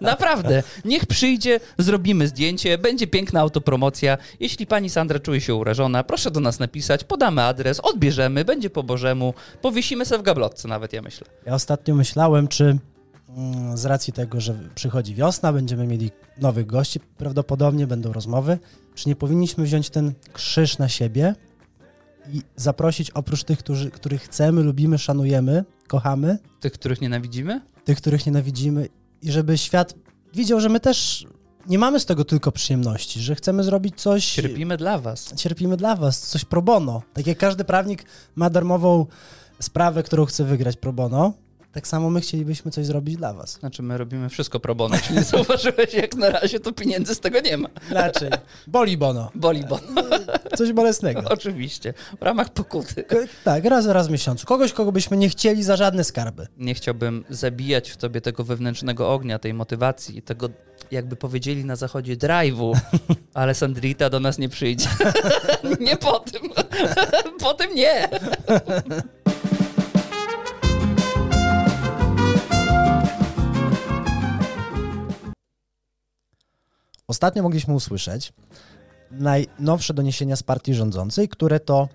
Speaker 2: Naprawdę. Niech przyjdzie, zrobimy zdjęcie, będzie piękna autopromocja. Jeśli pani Sandra czuje się urażona, proszę do nas napisać, podamy adres, odbierzemy, będzie po Bożemu. Powiesimy se w gablotce nawet, ja myślę.
Speaker 1: Ja ostatnio myślałem, czy mm, z racji tego, że przychodzi wiosna, będziemy mieli nowych gości, prawdopodobnie będą rozmowy, czy nie powinniśmy wziąć ten krzyż na siebie i zaprosić oprócz tych, którzy, których chcemy, lubimy, szanujemy, kochamy,
Speaker 2: Tych, których nienawidzimy?
Speaker 1: tych, których nienawidzimy, i żeby świat widział, że my też nie mamy z tego tylko przyjemności, że chcemy zrobić coś.
Speaker 2: Cierpimy dla was.
Speaker 1: Cierpimy dla was, coś pro bono. Tak jak każdy prawnik ma darmową sprawę, którą chce wygrać pro bono, tak, Tak samo my chcielibyśmy coś zrobić dla was.
Speaker 2: Znaczy, my robimy wszystko pro bono. Czy nie zauważyłeś, jak na razie to pieniędzy z tego nie ma.
Speaker 1: Raczej. Boli bono.
Speaker 2: Boli bono.
Speaker 1: Coś bolesnego.
Speaker 2: Oczywiście, w ramach pokuty.
Speaker 1: K- tak, raz, raz w miesiącu. Kogoś, kogo byśmy nie chcieli za żadne skarby.
Speaker 2: Nie chciałbym zabijać w tobie tego wewnętrznego ognia, tej motywacji, tego, jakby powiedzieli na zachodzie, drive'u, ale Sandrita do nas nie przyjdzie. nie po tym. po tym nie.
Speaker 1: Ostatnio mogliśmy usłyszeć najnowsze doniesienia z partii rządzącej, które to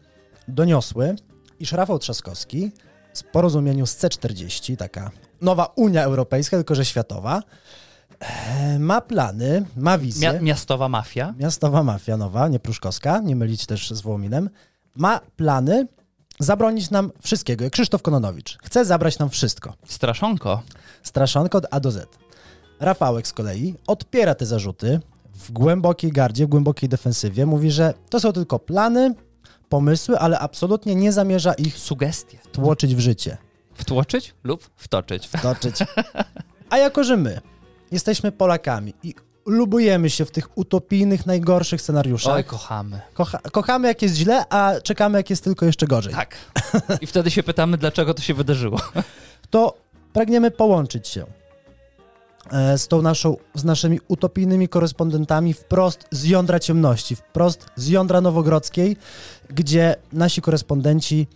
Speaker 1: doniosły, iż Rafał Trzaskowski z porozumieniu z C40, taka nowa Unia Europejska, tylko że światowa, e, ma plany, ma wizję.
Speaker 2: Mia- miastowa mafia.
Speaker 1: Miastowa mafia nowa, nie Pruszkowska, nie mylić też z Wołominem, ma plany zabronić nam wszystkiego. Jak Krzysztof Kononowicz chce zabrać nam wszystko.
Speaker 2: Straszonko.
Speaker 1: Straszanko od A do Z. Rafałek z kolei odpiera te zarzuty w głębokiej gardzie, w głębokiej defensywie. Mówi, że to są tylko plany, pomysły, ale absolutnie nie zamierza ich
Speaker 2: Sugestie.
Speaker 1: tłoczyć w życie.
Speaker 2: Wtłoczyć lub wtoczyć.
Speaker 1: Toczyć. A jako, że my jesteśmy Polakami i lubujemy się w tych utopijnych, najgorszych scenariuszach,
Speaker 2: Oj, kochamy.
Speaker 1: Kocha, kochamy jak jest źle, a czekamy jak jest tylko jeszcze gorzej.
Speaker 2: Tak. I wtedy się pytamy, dlaczego to się wydarzyło.
Speaker 1: To pragniemy połączyć się e, z tą naszą, z naszymi utopijnymi korespondentami wprost z jądra ciemności, wprost z jądra nowogrodzkiej, gdzie nasi korespondenci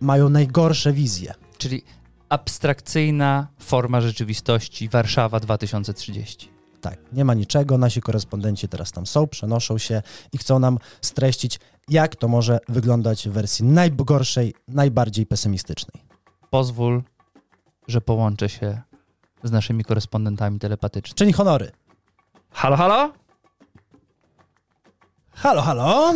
Speaker 1: mają najgorsze wizje.
Speaker 2: Czyli abstrakcyjna forma rzeczywistości Warszawa 2030.
Speaker 1: Tak, nie ma niczego, nasi korespondenci teraz tam są, przenoszą się i chcą nam streścić, jak to może wyglądać w wersji najgorszej, najbardziej pesymistycznej.
Speaker 2: Pozwól, że połączę się z naszymi korespondentami telepatycznymi.
Speaker 1: Czyń honory.
Speaker 2: Halo, halo?
Speaker 1: Halo, halo!
Speaker 2: Halo,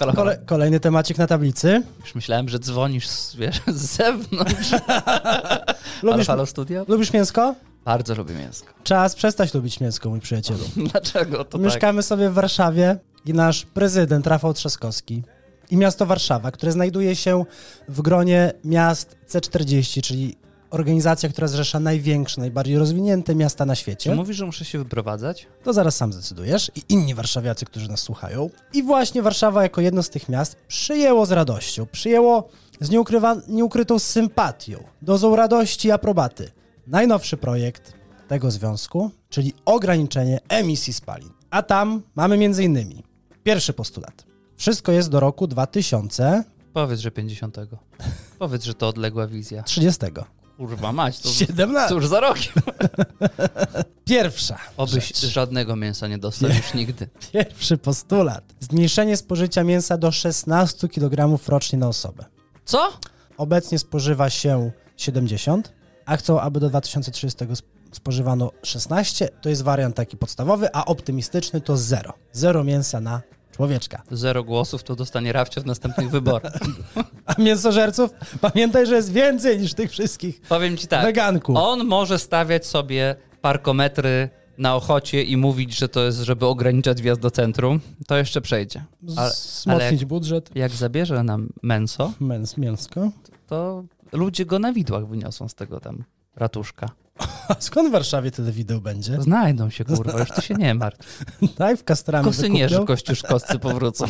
Speaker 2: halo.
Speaker 1: Kole, kolejny temacik na tablicy.
Speaker 2: Już myślałem, że dzwonisz z, wiesz, z zewnątrz. Halo,
Speaker 1: Lubisz,
Speaker 2: halo, studio?
Speaker 1: lubisz mięsko?
Speaker 2: Bardzo lubię mięsko.
Speaker 1: Czas przestać lubić mięsko, mój przyjacielu.
Speaker 2: Dlaczego to tak?
Speaker 1: Mieszkamy sobie w Warszawie i nasz prezydent Rafał Trzaskowski i miasto Warszawa, które znajduje się w gronie miast C40, czyli organizacja, która zrzesza największe, najbardziej rozwinięte miasta na
Speaker 2: Czy
Speaker 1: świecie.
Speaker 2: mówisz, że muszę się wyprowadzać?
Speaker 1: To zaraz sam zdecydujesz i inni warszawiacy, którzy nas słuchają. I właśnie Warszawa jako jedno z tych miast przyjęło z radością, przyjęło z nieukrywa- nieukrytą sympatią, dozą radości i aprobaty najnowszy projekt tego związku, czyli ograniczenie emisji spalin. A tam mamy między innymi pierwszy postulat. Wszystko jest do roku 2030.
Speaker 2: Powiedz, że 50. Powiedz, że to odległa wizja. Kurwa mać, to,
Speaker 1: 17.
Speaker 2: to już za rokiem.
Speaker 1: Pierwsza.
Speaker 2: Obyś żadnego mięsa nie dostał już nigdy.
Speaker 1: Pierwszy postulat. Zmniejszenie spożycia mięsa do 16 kg rocznie na osobę.
Speaker 2: Co?
Speaker 1: Obecnie spożywa się 70, a chcą, aby do 2030 sp- spożywano 16. To jest wariant taki podstawowy, a optymistyczny to 0. 0 mięsa na człowieczka.
Speaker 2: Zero głosów to dostanie Rafcia w następnych wyborach.
Speaker 1: A mięsożerców, pamiętaj, że jest więcej niż tych wszystkich
Speaker 2: Powiem ci tak.
Speaker 1: weganków.
Speaker 2: On może stawiać sobie parkometry na ochocie i mówić, że to jest, żeby ograniczać wjazd do centrum. To jeszcze przejdzie. Ale
Speaker 1: Wzmocnić budżet.
Speaker 2: jak zabierze nam męso,
Speaker 1: Męs, mięsko.
Speaker 2: to ludzie go na widłach wyniosą z tego tam ratuszka.
Speaker 1: A skąd w Warszawie tyle wideo będzie?
Speaker 2: Znajdą się, kurwa, już ty się nie martw.
Speaker 1: Daj w kastrami
Speaker 2: Kosynierzy
Speaker 1: wykupią,
Speaker 2: kościusz koscy powrócą.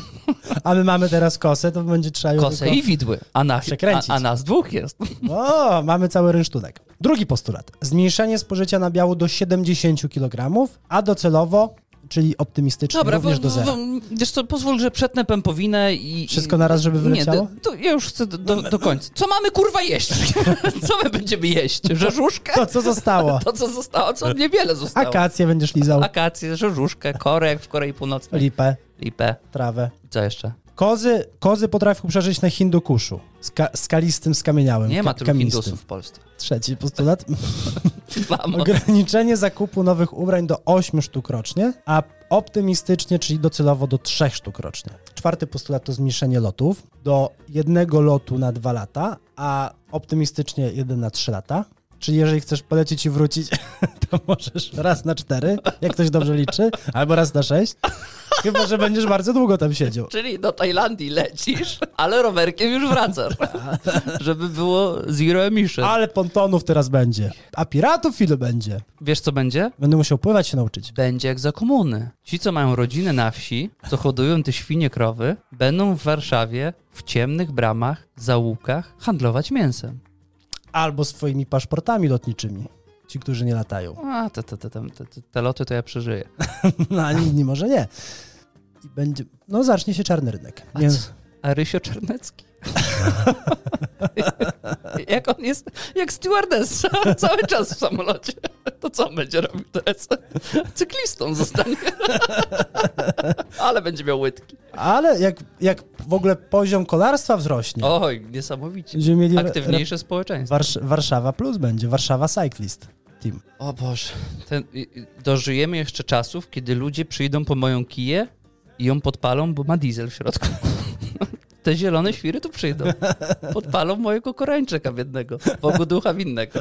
Speaker 1: a my mamy teraz kosę, to będzie trzeba ją
Speaker 2: Kosy
Speaker 1: tylko-
Speaker 2: i widły. A, na,
Speaker 1: Przekręcić.
Speaker 2: a, a nas dwóch jest.
Speaker 1: O, mamy cały rynsztunek. Drugi postulat. Zmniejszenie spożycia nabiału do 70 kg, a docelowo, czyli optymistycznie,
Speaker 2: Dobra,
Speaker 1: również
Speaker 2: bo,
Speaker 1: do zera.
Speaker 2: bo- wiesz co, pozwól, że przetnę pępowinę i...
Speaker 1: Wszystko
Speaker 2: i-
Speaker 1: na raz, żeby wyleciało?
Speaker 2: Nie, to, to ja już chcę do, do, do końca. Co mamy kurwa jeść? co my będziemy jeść? Rzeżuszkę?
Speaker 1: To, co zostało?
Speaker 2: To co zostało, co niewiele zostało.
Speaker 1: Akacje będziesz lizał,
Speaker 2: Akacje, rzeżuszkę, korek w Korei Północnej,
Speaker 1: lipę,
Speaker 2: lipę.
Speaker 1: trawę.
Speaker 2: Co jeszcze?
Speaker 1: Kozy, kozy potrafią przeżyć na Hindukuszu, ska, skalistym, skamieniałym.
Speaker 2: Nie ma
Speaker 1: ka-
Speaker 2: tylu
Speaker 1: kamienistym.
Speaker 2: Hindusów w Polsce.
Speaker 1: Trzeci postulat.
Speaker 2: Mamo.
Speaker 1: Ograniczenie zakupu nowych ubrań do 8 sztuk rocznie, a optymistycznie, czyli docelowo do 3 sztuk rocznie. Czwarty postulat to zmniejszenie lotów do jednego lotu na 2 lata, a optymistycznie 1 na 3 lata. Czyli jeżeli chcesz polecieć i wrócić, to możesz raz na cztery, jak ktoś dobrze liczy, albo raz na sześć. Chyba, że będziesz bardzo długo tam siedział.
Speaker 2: Czyli do Tajlandii lecisz, ale rowerkiem już wracasz. Żeby było zero emission.
Speaker 1: Ale pontonów teraz będzie. A piratów ile będzie?
Speaker 2: Wiesz co będzie?
Speaker 1: Będę musiał pływać się nauczyć.
Speaker 2: Będzie jak za komuny. Ci, co mają rodzinę na wsi, co hodują te świnie krowy, będą w Warszawie w ciemnych bramach, zaułkach handlować mięsem.
Speaker 1: Albo swoimi paszportami lotniczymi. Ci, którzy nie latają.
Speaker 2: A, te, te, te, te, te, te loty to ja przeżyję.
Speaker 1: No, a inni może nie. I będzie... No, zacznie się czarny rynek.
Speaker 2: A
Speaker 1: Więc...
Speaker 2: co? A Rysio Czarnecki? jak on jest, jak stewardessa cały czas w samolocie. To co on będzie robił teraz? Cyklistą zostanie. Ale będzie miał łydki.
Speaker 1: Ale jak, jak w ogóle poziom kolarstwa wzrośnie,
Speaker 2: Oj, niesamowicie.
Speaker 1: będziemy mieli
Speaker 2: Aktywniejsze społeczeństwo.
Speaker 1: Warsz- Warszawa Plus będzie, Warszawa Cyclist Team.
Speaker 2: O Boże. Ten, i- i- dożyjemy jeszcze czasów, kiedy ludzie przyjdą po moją kiję i ją podpalą, bo ma diesel w środku. Te zielone świry tu przyjdą. Podpalą mojego koreańczyka biednego, Bogu ducha winnego.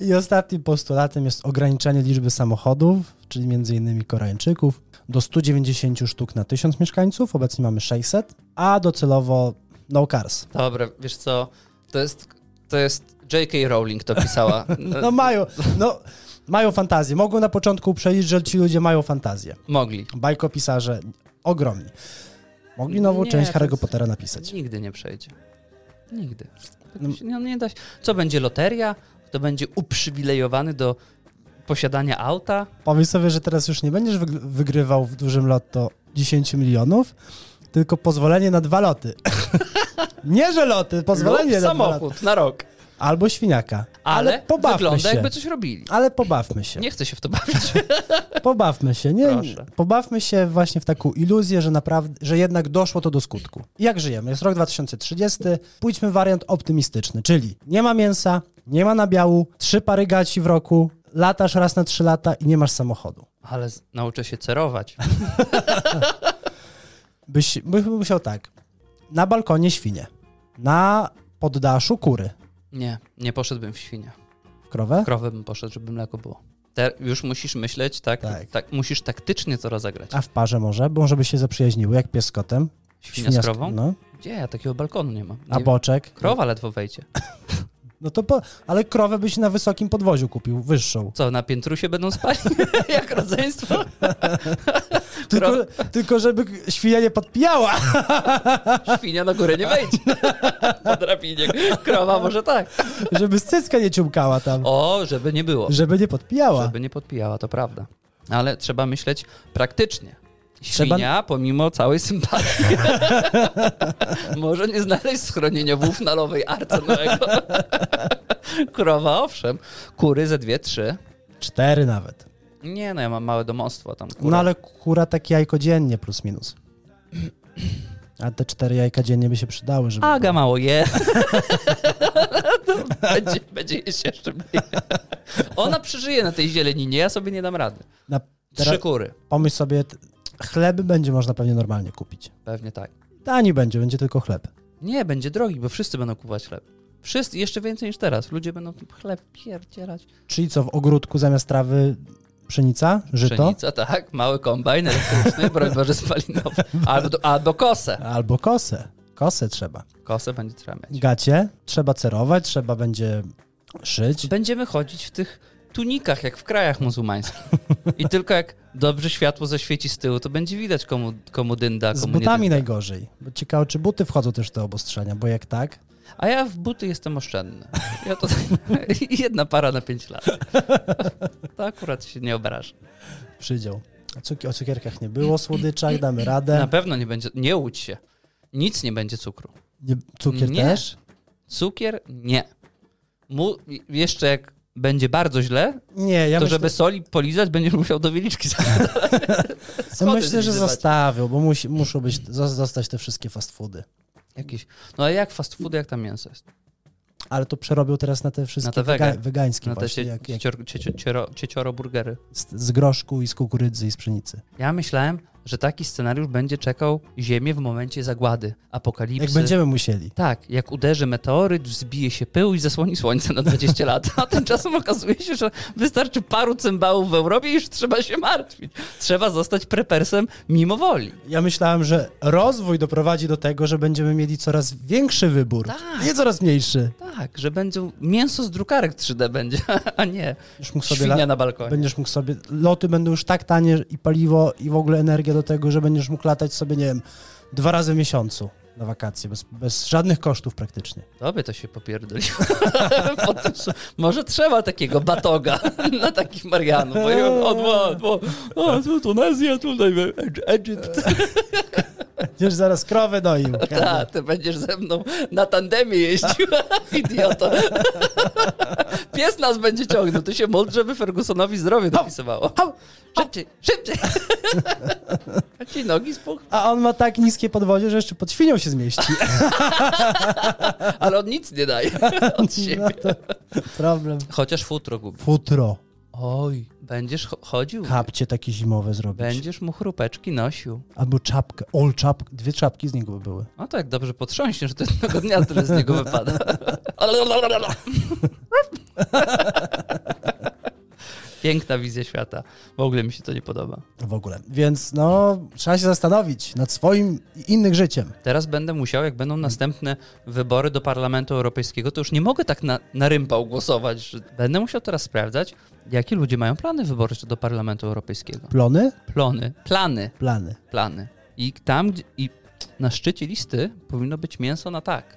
Speaker 1: I ostatnim postulatem jest ograniczenie liczby samochodów, czyli między innymi Koreańczyków, do 190 sztuk na 1000 mieszkańców, obecnie mamy 600, a docelowo no cars.
Speaker 2: Dobra, wiesz co, to jest, to jest J.K. Rowling to pisała.
Speaker 1: No mają, no, mają fantazję. Mogą na początku uprzedzić, że ci ludzie mają fantazję.
Speaker 2: Mogli.
Speaker 1: Bajkopisarze ogromni. Mogli nową
Speaker 2: Nie,
Speaker 1: część
Speaker 2: to
Speaker 1: Harry'ego
Speaker 2: jest-
Speaker 1: Pottera napisać.
Speaker 2: Nigdy nie przejdzie. Nigdy. No. Nie, nie da się. Co będzie loteria? Kto będzie uprzywilejowany do posiadania auta?
Speaker 1: Powiedz sobie, że teraz już nie będziesz wyg- wygrywał w dużym lotto 10 milionów, tylko pozwolenie na dwa loty. nie, że loty, pozwolenie
Speaker 2: Lub
Speaker 1: na dwa loty.
Speaker 2: samochód na rok.
Speaker 1: Albo świniaka.
Speaker 2: Ale,
Speaker 1: Ale, pobawmy
Speaker 2: wygląda
Speaker 1: się.
Speaker 2: jakby coś robili.
Speaker 1: Ale pobawmy się.
Speaker 2: Nie chcę się w to bawić.
Speaker 1: Pobawmy się. Nie,
Speaker 2: Proszę.
Speaker 1: pobawmy się właśnie w taką iluzję, że naprawdę, że jednak doszło to do skutku. Jak żyjemy? Jest rok 2030. Pójdźmy w wariant optymistyczny, czyli nie ma mięsa, nie ma nabiału, trzy pary gaci w roku, latasz raz na trzy lata i nie masz samochodu.
Speaker 2: Ale z- nauczę się cerować.
Speaker 1: byś, byś musiał tak. Na balkonie świnie, na poddaszu kury
Speaker 2: Nie, nie poszedłbym w świnia.
Speaker 1: w krowę.
Speaker 2: Krowę bym poszedł, żeby mleko było. Te, już musisz myśleć, tak, tak.
Speaker 1: Tak.
Speaker 2: Musisz taktycznie to rozegrać.
Speaker 1: A w parze może, bo żeby się zaprzyjaźniły, jak pies z kotem.
Speaker 2: Świnia z
Speaker 1: Świnia z-
Speaker 2: krową?
Speaker 1: No,
Speaker 2: Gdzie? Ja takiego balkonu nie mam. Nie
Speaker 1: a boczek.
Speaker 2: Krowa ledwo wejdzie.
Speaker 1: No to po, ale krowę byś na wysokim podwoziu kupił, wyższą.
Speaker 2: Co, na piętrusie będą spać? Jak rodzeństwo?
Speaker 1: Tylko, tylko żeby świnia nie podpijała.
Speaker 2: Świnia na górę nie wejdzie. Po drabinie. Krowa może tak.
Speaker 1: Żeby z cycka nie ciumkała tam.
Speaker 2: O, żeby nie było.
Speaker 1: Żeby nie podpijała.
Speaker 2: Żeby nie podpijała, to prawda. Ale trzeba myśleć praktycznie. Świnia,
Speaker 1: Trzeba-
Speaker 2: pomimo całej sympatii, może nie znaleźć schronienia w ufnalowej arce nowego. Krowa, owszem. Kury ze dwie, trzy.
Speaker 1: Cztery nawet.
Speaker 2: Nie, no ja mam małe domostwo tam. Kura.
Speaker 1: No ale kura takie jajko dziennie plus minus. A te cztery jajka dziennie by się przydały, żeby...
Speaker 2: Aga mało je. To będzie, będzie jeść jeszcze mniej. Ona przeżyje na tej zieleninie, ja sobie nie dam rady.
Speaker 1: Na,
Speaker 2: Trzy
Speaker 1: teraz
Speaker 2: kury.
Speaker 1: pomyśl sobie, t- chleb będzie można pewnie normalnie kupić.
Speaker 2: Pewnie tak.
Speaker 1: Tani będzie, będzie tylko chleb.
Speaker 2: Nie, będzie drogi, bo wszyscy będą kupować chleb. Wszyscy, jeszcze więcej niż teraz. Ludzie będą chleb pierdzielać.
Speaker 1: Czyli co, w ogródku zamiast trawy pszenica, żyto
Speaker 2: Pszenica, tak, mały kombajn elektryczny, broń Boże spalinowy. Albo, albo kosę.
Speaker 1: albo kosę. Kosę trzeba.
Speaker 2: Kosę będzie trzeba mieć.
Speaker 1: Gacie trzeba cerować, trzeba będzie szyć.
Speaker 2: Będziemy chodzić w tych tunikach, jak w krajach muzułmańskich. I tylko jak dobrze światło zaświeci z tyłu, to będzie widać komu, komu dynda, komu
Speaker 1: Z
Speaker 2: nie dynda.
Speaker 1: butami najgorzej. Bo ciekawe, czy buty wchodzą też w te obostrzenia, bo jak tak,
Speaker 2: A ja w buty jestem oszczędny. Ja to tak- jedna para na 5 lat. To akurat się nie obraża.
Speaker 1: przydział. A Cuki, o cukierkach nie było, słodyczach, damy
Speaker 2: Na
Speaker 1: radę.
Speaker 2: pewno nie będzie, nie łudź się. Nic nie będzie cukru.
Speaker 1: Nie, cukier
Speaker 2: nie.
Speaker 1: też?
Speaker 2: Cukier? Nie. Mu, jeszcze jak będzie bardzo źle,
Speaker 1: Nie, ja
Speaker 2: to
Speaker 1: myślę,
Speaker 2: żeby soli polizać, będziesz musiał do wieliczki zabrać.
Speaker 1: ja
Speaker 2: Schody
Speaker 1: myślę że
Speaker 2: zlizywać.
Speaker 1: zostawił, bo musi, muszą być, zo- zostać te wszystkie fast foody.
Speaker 2: Jakieś. No a jak fast food, jak tam mięso jest?
Speaker 1: Ale to przerobił teraz na te wszystkie
Speaker 2: Na te wege.
Speaker 1: wega- wegańskie
Speaker 2: Na te
Speaker 1: właśnie,
Speaker 2: cie,
Speaker 1: jak, jak
Speaker 2: ciecior, ciecioro, ciecioro burgery.
Speaker 1: z, z groszku i z kukurydzy i z pszenicy.
Speaker 2: Ja myślałem, że taki scenariusz będzie czekał Ziemię w momencie zagłady, apokalipsy.
Speaker 1: Jak będziemy musieli.
Speaker 2: Tak, jak uderzy meteoryt, wzbije się pył i zasłoni słońce na 20 lat. A tymczasem okazuje się, że wystarczy paru cymbałów w Europie i już trzeba się martwić. Trzeba zostać prepersem mimo woli.
Speaker 1: Ja myślałem, że rozwój doprowadzi do tego, że będziemy mieli coraz większy wybór,
Speaker 2: Tak.
Speaker 1: nie coraz mniejszy.
Speaker 2: Tak, że będzie mięso z drukarek 3D będzie, a nie
Speaker 1: Już mógł sobie
Speaker 2: świnia
Speaker 1: la-
Speaker 2: na balkonie.
Speaker 1: Będziesz mógł sobie. Loty będą już tak tanie i paliwo, i w ogóle energia do tego, że będziesz mógł latać sobie, nie wiem, dwa razy w miesiącu na wakacje, bez, bez żadnych kosztów praktycznie.
Speaker 2: Tobie to się popierdoliło. Po tym, że Może trzeba takiego batoga na takich Marianów. Bo ja-
Speaker 1: Eee.
Speaker 2: O, dwa, dwa. O, tu Tunezja, tutaj Egy- Egipt.
Speaker 1: Eee. Będziesz zaraz krowę doił.
Speaker 2: Ta, ty będziesz ze mną na tandemie jeździł, idioto. Pies nas będzie ciągnął. Ty się módl, żeby Fergusonowi zdrowie dopisywało. Szybciej, szybciej. A ci nogi spuch.
Speaker 1: A on ma tak niskie podwozie, że jeszcze pod świnią się zmieści.
Speaker 2: Ale on nic nie daje od siebie.
Speaker 1: No to problem.
Speaker 2: Chociaż futro gubi.
Speaker 1: Futro.
Speaker 2: Oj, będziesz cho- chodził.
Speaker 1: Kapcie takie zimowe zrobić.
Speaker 2: Będziesz mu chrupeczki nosił.
Speaker 1: Albo czapkę. Ol czap, dwie czapki z niego by były.
Speaker 2: No tak, dobrze potrząśnie, że to jednego dnia tyle z niego wypada. Piękna wizja świata. W ogóle mi się to nie podoba.
Speaker 1: W ogóle. Więc no, trzeba się zastanowić nad swoim i innych życiem.
Speaker 2: Teraz będę musiał, jak będą następne wybory do Parlamentu Europejskiego, to już nie mogę tak na, na rympał głosować. Że będę musiał teraz sprawdzać, jakie ludzie mają plany wyborcze do Parlamentu Europejskiego.
Speaker 1: Plony?
Speaker 2: Plony, plany,
Speaker 1: Plany.
Speaker 2: plany. I tam, gdzie, i na szczycie listy powinno być mięso na tak.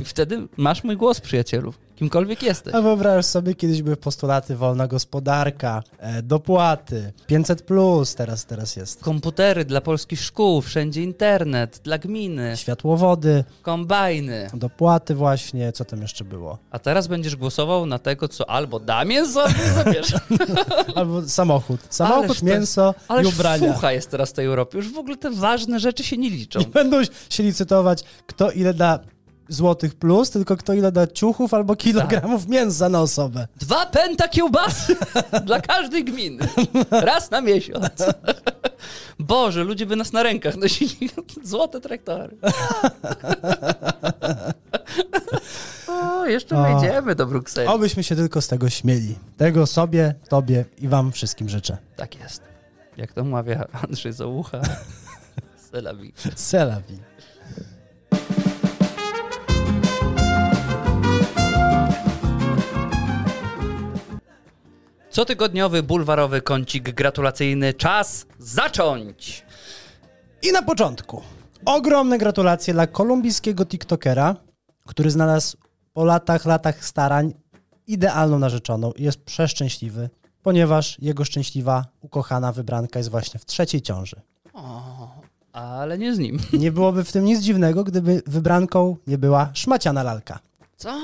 Speaker 2: I wtedy masz mój głos, przyjacielu. Kimkolwiek jesteś.
Speaker 1: A wyobrażasz sobie, kiedyś były postulaty wolna gospodarka, e, dopłaty, 500 plus teraz, teraz jest.
Speaker 2: Komputery dla polskich szkół, wszędzie internet, dla gminy,
Speaker 1: Światłowody,
Speaker 2: kombajny.
Speaker 1: dopłaty właśnie, co tam jeszcze było?
Speaker 2: A teraz będziesz głosował na tego, co albo da mięso, albo zabierze.
Speaker 1: Albo samochód. Samochód,
Speaker 2: to-
Speaker 1: mięso i
Speaker 2: Ależ
Speaker 1: ubrania.
Speaker 2: fucha jest teraz w tej Europie. Już w ogóle te ważne rzeczy się nie liczą.
Speaker 1: Nie będą się licytować, kto ile da złotych plus, tylko kto ile da ciuchów albo kilogramów mięsa na osobę.
Speaker 2: Dwa pęta kiełbasy dla każdej gminy. Raz na miesiąc. Boże, ludzie by nas na rękach nosili. Złote traktory. o, jeszcze
Speaker 1: O.
Speaker 2: wejdziemy do Brukseli.
Speaker 1: Obyśmy się tylko z tego śmieli. Tego sobie, tobie i wam wszystkim życzę.
Speaker 2: Tak jest. Jak to mawia Andrzej Załucha. Selawi.
Speaker 1: Selawi.
Speaker 2: Cotygodniowy bulwarowy kącik gratulacyjny. Czas zacząć!
Speaker 1: I na początku ogromne gratulacje dla kolumbijskiego TikTokera, który znalazł po latach, latach starań idealną narzeczoną i jest przeszczęśliwy, ponieważ jego szczęśliwa, ukochana wybranka jest właśnie w trzeciej ciąży.
Speaker 2: Ale nie z nim.
Speaker 1: Nie byłoby w tym nic dziwnego, gdyby wybranką nie była szmaciana lalka.
Speaker 2: Co?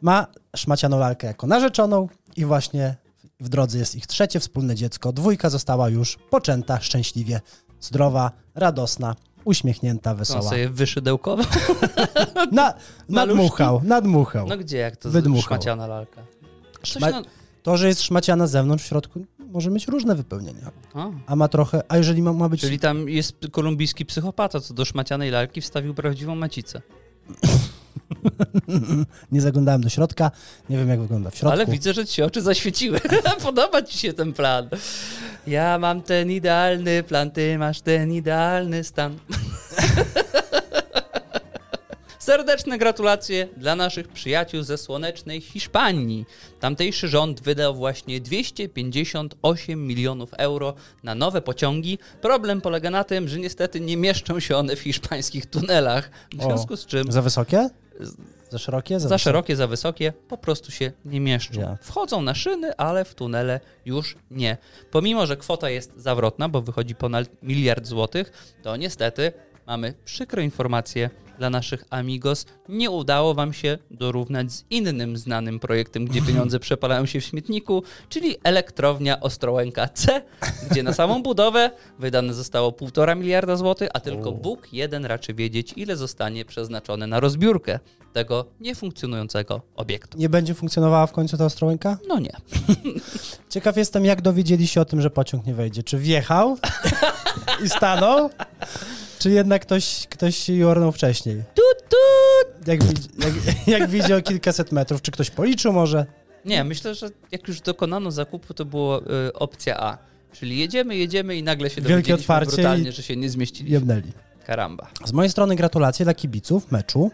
Speaker 1: Ma szmacianą lalkę jako narzeczoną i właśnie w drodze jest ich trzecie wspólne dziecko. Dwójka została już poczęta szczęśliwie, zdrowa, radosna, uśmiechnięta,
Speaker 2: Co on
Speaker 1: wesoła.
Speaker 2: sobie wyszydełkował?
Speaker 1: Na,
Speaker 2: Maluszki?
Speaker 1: nadmuchał, nadmuchał.
Speaker 2: No gdzie, jak to
Speaker 1: Wydmuchał.
Speaker 2: Wydmuchał. szmaciana lalka? Coś
Speaker 1: Szma-
Speaker 2: na...
Speaker 1: To, że jest szmaciana zewnątrz, w środku może mieć różne wypełnienia.
Speaker 2: A,
Speaker 1: A ma trochę, a jeżeli ma, ma być...
Speaker 2: czyli tam jest kolumbijski psychopata, co do szmacianej lalki wstawił prawdziwą macicę.
Speaker 1: Nie zaglądałem do środka, nie wiem jak wygląda w środku.
Speaker 2: Ale widzę, że ci się oczy zaświeciły. Podoba ci się ten plan. Ja mam ten idealny plan, ty masz ten idealny stan. Serdeczne gratulacje dla naszych przyjaciół ze słonecznej Hiszpanii. Tamtejszy rząd wydał właśnie 258 milionów euro na nowe pociągi. Problem polega na tym, że niestety nie mieszczą się one w hiszpańskich tunelach, w
Speaker 1: O.
Speaker 2: związku z czym
Speaker 1: Za wysokie? Za szerokie?
Speaker 2: za szerokie, za wysokie, po prostu się nie mieszczą.
Speaker 1: Ja.
Speaker 2: Wchodzą na szyny, ale w tunele już nie. Pomimo, że kwota jest zawrotna, bo wychodzi ponad miliard złotych, to niestety mamy przykre informacje dla naszych amigos. Nie udało wam się dorównać z innym znanym projektem, gdzie pieniądze przepalają się w śmietniku, czyli elektrownia Ostrołęka C, gdzie na samą budowę wydane zostało 1,5 miliarda złotych, a tylko Bóg jeden raczy wiedzieć, ile zostanie przeznaczone na rozbiórkę tego niefunkcjonującego obiektu.
Speaker 1: Nie będzie funkcjonowała w końcu ta ostrołęka?
Speaker 2: No nie.
Speaker 1: Ciekaw jestem, jak dowiedzieli się o tym, że pociąg nie wejdzie. Czy wjechał i stanął? Czy jednak ktoś, ktoś się jornął wcześniej?
Speaker 2: Tut, tut!
Speaker 1: Jak, widzi- jak, jak widział kilkaset metrów, czy ktoś policzył może?
Speaker 2: Nie, myślę, że jak już dokonano zakupu, to była y, opcja A. Czyli jedziemy, jedziemy i nagle się
Speaker 1: Wielkie
Speaker 2: dowiedzieliśmy
Speaker 1: otwarcie
Speaker 2: brutalnie,
Speaker 1: i-
Speaker 2: że się nie zmieściliśmy.
Speaker 1: Jebnęli.
Speaker 2: Karamba.
Speaker 1: Z mojej strony gratulacje dla kibiców meczu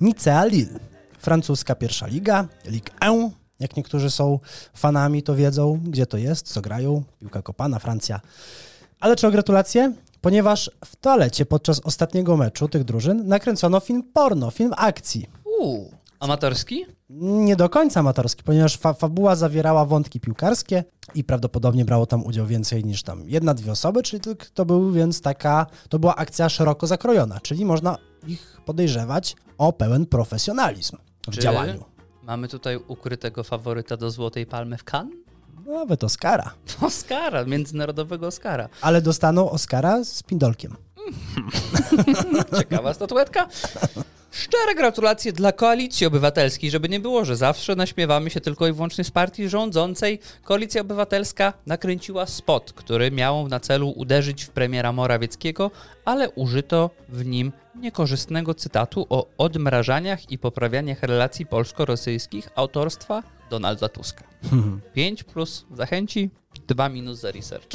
Speaker 1: Nicea Lille. Francuska pierwsza liga, Ligue 1. Jak niektórzy są fanami, to wiedzą, gdzie to jest, co grają. Piłka kopana, Francja. Ale czego gratulacje? Ponieważ w toalecie podczas ostatniego meczu tych drużyn nakręcono film porno, film akcji.
Speaker 2: Uuu. Amatorski?
Speaker 1: Nie do końca amatorski, ponieważ fa fabuła zawierała wątki piłkarskie i prawdopodobnie brało tam udział więcej niż tam jedna, dwie osoby, czyli to, to był więc taka, to była akcja szeroko zakrojona, czyli można ich podejrzewać o pełen profesjonalizm w
Speaker 2: Czy-
Speaker 1: działaniu.
Speaker 2: Mamy tutaj ukrytego faworyta do Złotej Palmy w Cannes?
Speaker 1: Nawet Oscara.
Speaker 2: Oscara, międzynarodowego Oscara.
Speaker 1: Ale dostaną Oscara z pindolkiem.
Speaker 2: Ciekawa statuetka. Szczere gratulacje dla Koalicji Obywatelskiej, żeby nie było, że zawsze naśmiewamy się tylko i wyłącznie z partii rządzącej. Koalicja Obywatelska nakręciła spot, który miał na celu uderzyć w premiera Morawieckiego, ale użyto w nim niekorzystnego cytatu o odmrażaniach i poprawianiach relacji polsko-rosyjskich autorstwa Donalda Tuska. 5 plus zachęci, 2 minus za research.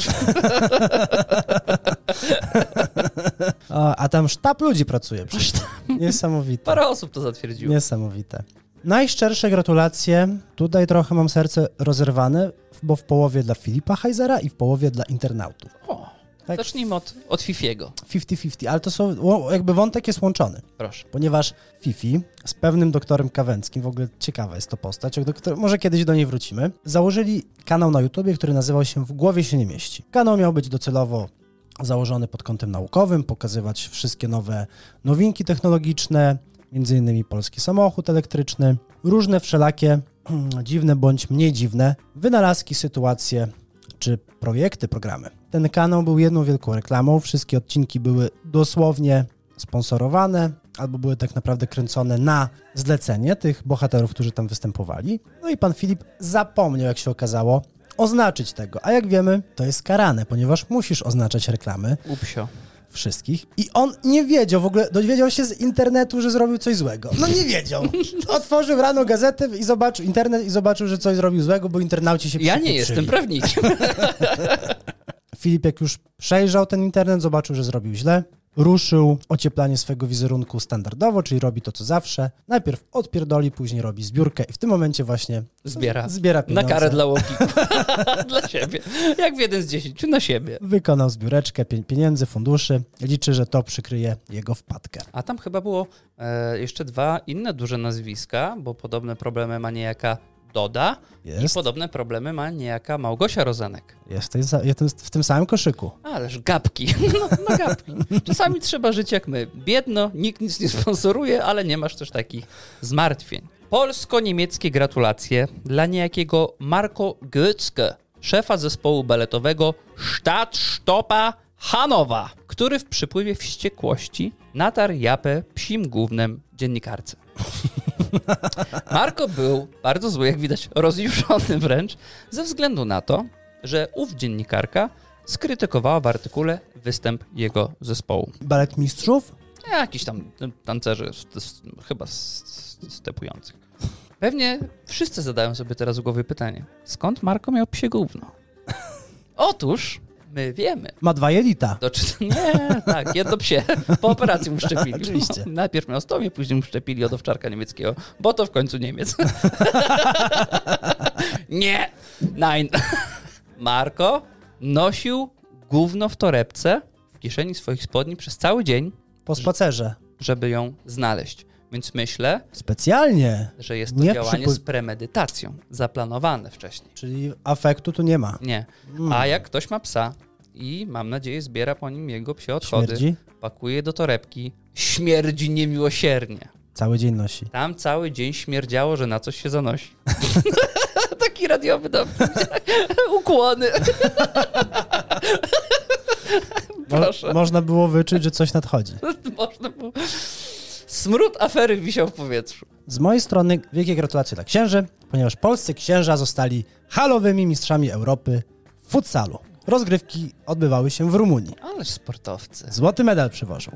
Speaker 1: A, a tam sztab ludzi pracuje przecież. Niesamowite.
Speaker 2: Parę osób to zatwierdziło.
Speaker 1: Niesamowite. Najszczersze gratulacje. Tutaj trochę mam serce rozerwane, bo w połowie dla Filipa Heizera i w połowie dla internautów.
Speaker 2: O,
Speaker 1: Tak,
Speaker 2: zacznijmy od, od Fifiego.
Speaker 1: 50-50, ale to są, ło- jakby wątek jest łączony,
Speaker 2: Proszę.
Speaker 1: ponieważ Fifi z pewnym doktorem Kawęckim, w ogóle ciekawa jest to postać, o doktor, może kiedyś do niej wrócimy, założyli kanał na YouTubie, który nazywał się W głowie się nie mieści. Kanał miał być docelowo założony pod kątem naukowym, pokazywać wszystkie nowe nowinki technologiczne, między innymi polski samochód elektryczny, różne wszelakie hmm, dziwne bądź mniej dziwne wynalazki, sytuacje czy projekty, programy. Ten kanał był jedną wielką reklamą, wszystkie odcinki były dosłownie sponsorowane albo były tak naprawdę kręcone na zlecenie tych bohaterów, którzy tam występowali. No i pan Filip zapomniał, jak się okazało, oznaczyć tego. A jak wiemy, to jest karane, ponieważ musisz oznaczać reklamy
Speaker 2: Upsio.
Speaker 1: wszystkich i on nie wiedział, w ogóle dowiedział się z internetu, że zrobił coś złego. No nie wiedział. Otworzył rano gazetę i zobaczył internet i zobaczył, że coś zrobił złego, bo internauci się
Speaker 2: Ja nie
Speaker 1: przypieprzyli.
Speaker 2: jestem prawnikiem.
Speaker 1: Filip, jak już przejrzał ten internet, zobaczył, że zrobił źle, ruszył ocieplanie swojego wizerunku standardowo, czyli robi to, co zawsze. Najpierw odpierdoli, później robi zbiórkę i w tym momencie właśnie
Speaker 2: Zbiera.
Speaker 1: zbiera
Speaker 2: Na
Speaker 1: pieniądze.
Speaker 2: karę dla łokiku. dla siebie. Jak w jeden z dziesięciu, na siebie.
Speaker 1: Wykonał zbióreczkę pie- pieniędzy, funduszy. Liczy, że to przykryje jego wpadkę.
Speaker 2: A tam chyba było e, jeszcze dwa inne duże nazwiska, bo podobne problemy ma niejaka Doda i
Speaker 1: Jest.
Speaker 2: podobne problemy ma niejaka Małgosia Rozenek.
Speaker 1: Jesteś za, jestem w tym samym koszyku.
Speaker 2: Ależ gapki. No, no gapki. Czasami trzeba żyć jak my. Biedno, nikt nic nie sponsoruje, ale nie masz też takich zmartwień. Polsko-niemieckie gratulacje dla niejakiego Marko Goetzke, szefa zespołu baletowego Stadtstopa Hanowa, który w przypływie wściekłości natarł japę psim głównym dziennikarce. Marko był bardzo zły, jak widać, rozjuszony wręcz, ze względu na to, że ów dziennikarka skrytykowała w artykule występ jego zespołu.
Speaker 1: Balet mistrzów?
Speaker 2: Jakiś tam no, tancerzy, z- z- chyba z- z- stepujących. Pewnie wszyscy zadają sobie teraz w głowie pytanie, skąd Marko miał psie gówno? Otóż my wiemy.
Speaker 1: Ma dwa jelita.
Speaker 2: To czy... Nie, tak, jedno psie. Po operacji mu szczepili.
Speaker 1: Oczywiście.
Speaker 2: No, najpierw miał stomię, później mu szczepili od owczarka niemieckiego, bo to w końcu Niemiec. nie, nein. Marko nosił gówno w torebce w kieszeni swoich spodni przez cały dzień,
Speaker 1: Po spacerze.
Speaker 2: żeby ją znaleźć. Więc myślę,
Speaker 1: Specjalnie.
Speaker 2: że jest to
Speaker 1: Nie
Speaker 2: działanie
Speaker 1: przypu-
Speaker 2: z premedytacją, zaplanowane wcześniej.
Speaker 1: Czyli afektu tu nie ma.
Speaker 2: Nie.
Speaker 1: No.
Speaker 2: A jak ktoś ma psa i mam nadzieję zbiera po nim jego psie odchody,
Speaker 1: Śmierdzi?
Speaker 2: pakuje do torebki, śmierdzi niemiłosiernie.
Speaker 1: Cały dzień nosi.
Speaker 2: Tam cały dzień śmierdziało, że na coś się zanosi. Taki radiowy dom. Ukłony.
Speaker 1: Mo-
Speaker 2: Proszę.
Speaker 1: Można było wyczuć, że coś nadchodzi.
Speaker 2: Można było... Smród afery wisiał w powietrzu.
Speaker 1: Z mojej strony wielkie gratulacje dla księży, ponieważ polscy księża zostali halowymi mistrzami Europy w futsalu. Rozgrywki odbywały się w Rumunii.
Speaker 2: Ależ sportowcy.
Speaker 1: Złoty medal przywożą.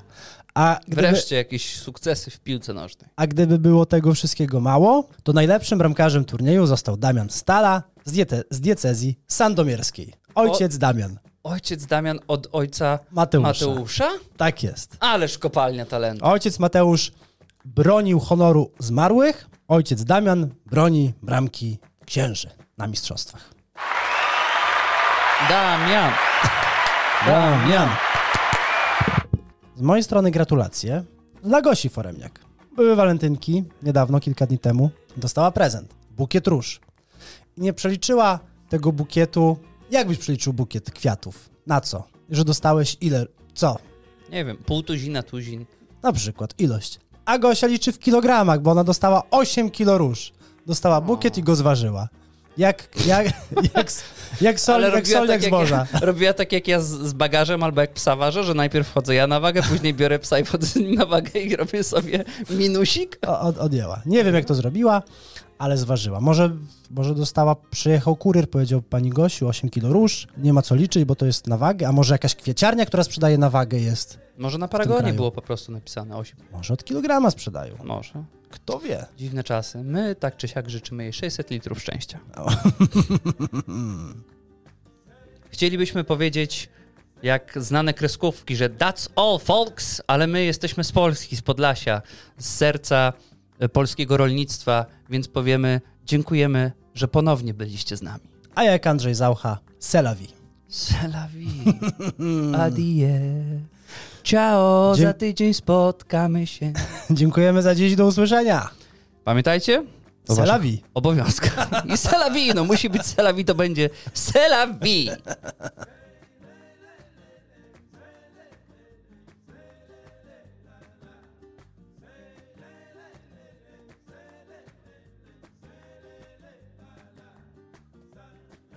Speaker 1: A gdyby,
Speaker 2: Wreszcie jakieś sukcesy w piłce nożnej.
Speaker 1: a gdyby było tego wszystkiego mało, to najlepszym bramkarzem turnieju został Damian Stala z, diete, z diecezji sandomierskiej. Ojciec Damian.
Speaker 2: Ojciec Damian od ojca
Speaker 1: Mateusza.
Speaker 2: Mateusza?
Speaker 1: Tak jest.
Speaker 2: Ależ kopalnia talentu.
Speaker 1: Ojciec Mateusz bronił honoru zmarłych, ojciec Damian broni bramki księży na mistrzostwach.
Speaker 2: Damian.
Speaker 1: Damian! Z mojej strony gratulacje dla Gosi Foremniak. Były walentynki niedawno, kilka dni temu. Dostała prezent. Bukiet róż. I nie przeliczyła tego bukietu. Jak byś przeliczył bukiet kwiatów? Na co? Że dostałeś ile? Co?
Speaker 2: Nie wiem, pół tuzina tuzin.
Speaker 1: Na przykład ilość. A Gosia liczy w kilogramach, bo ona dostała 8 kilo róż. Dostała bukiet i go zważyła. Jak, jak, jak, s- jak sol, jak sol, jak zboża.
Speaker 2: tak, jak, robiła tak jak ja z, z bagażem albo jak psa ważę, że najpierw chodzę ja na wagę, później biorę psa i chodzę nim na wagę i robię sobie minusik.
Speaker 1: O- Od, odjęła. Nie wiem, jak to zrobiła, ale zważyła. Może, może dostała, przyjechał kurier, powiedział pani Gosiu, 8 kilo róż, nie ma co liczyć, bo to jest na wagę, a może jakaś kwieciarnia, która sprzedaje na wagę jest.
Speaker 2: Może na
Speaker 1: W tym
Speaker 2: Paragonie
Speaker 1: kraju.
Speaker 2: było po prostu napisane 8.
Speaker 1: Może od kilograma sprzedają.
Speaker 2: Może.
Speaker 1: Kto wie?
Speaker 2: Dziwne czasy. My tak czy siak życzymy jej 600 litrów szczęścia.
Speaker 1: O.
Speaker 2: Chcielibyśmy powiedzieć, jak znane kreskówki, że that's all folks, ale my jesteśmy z Polski, z Podlasia, z serca e, polskiego rolnictwa, więc powiemy dziękujemy, że ponownie byliście z nami.
Speaker 1: A jak Andrzej Zaucha, Selawi.
Speaker 2: C'est la vie. Adie. Ciao,
Speaker 1: Dzie-
Speaker 2: za tydzień spotkamy się.
Speaker 1: Dziękujemy za dziś, do usłyszenia.
Speaker 2: Pamiętajcie? O waszych
Speaker 1: Selawi.
Speaker 2: Obowiązkach. I c'est la vie, no musi być c'est la vie, to będzie c'est la vie.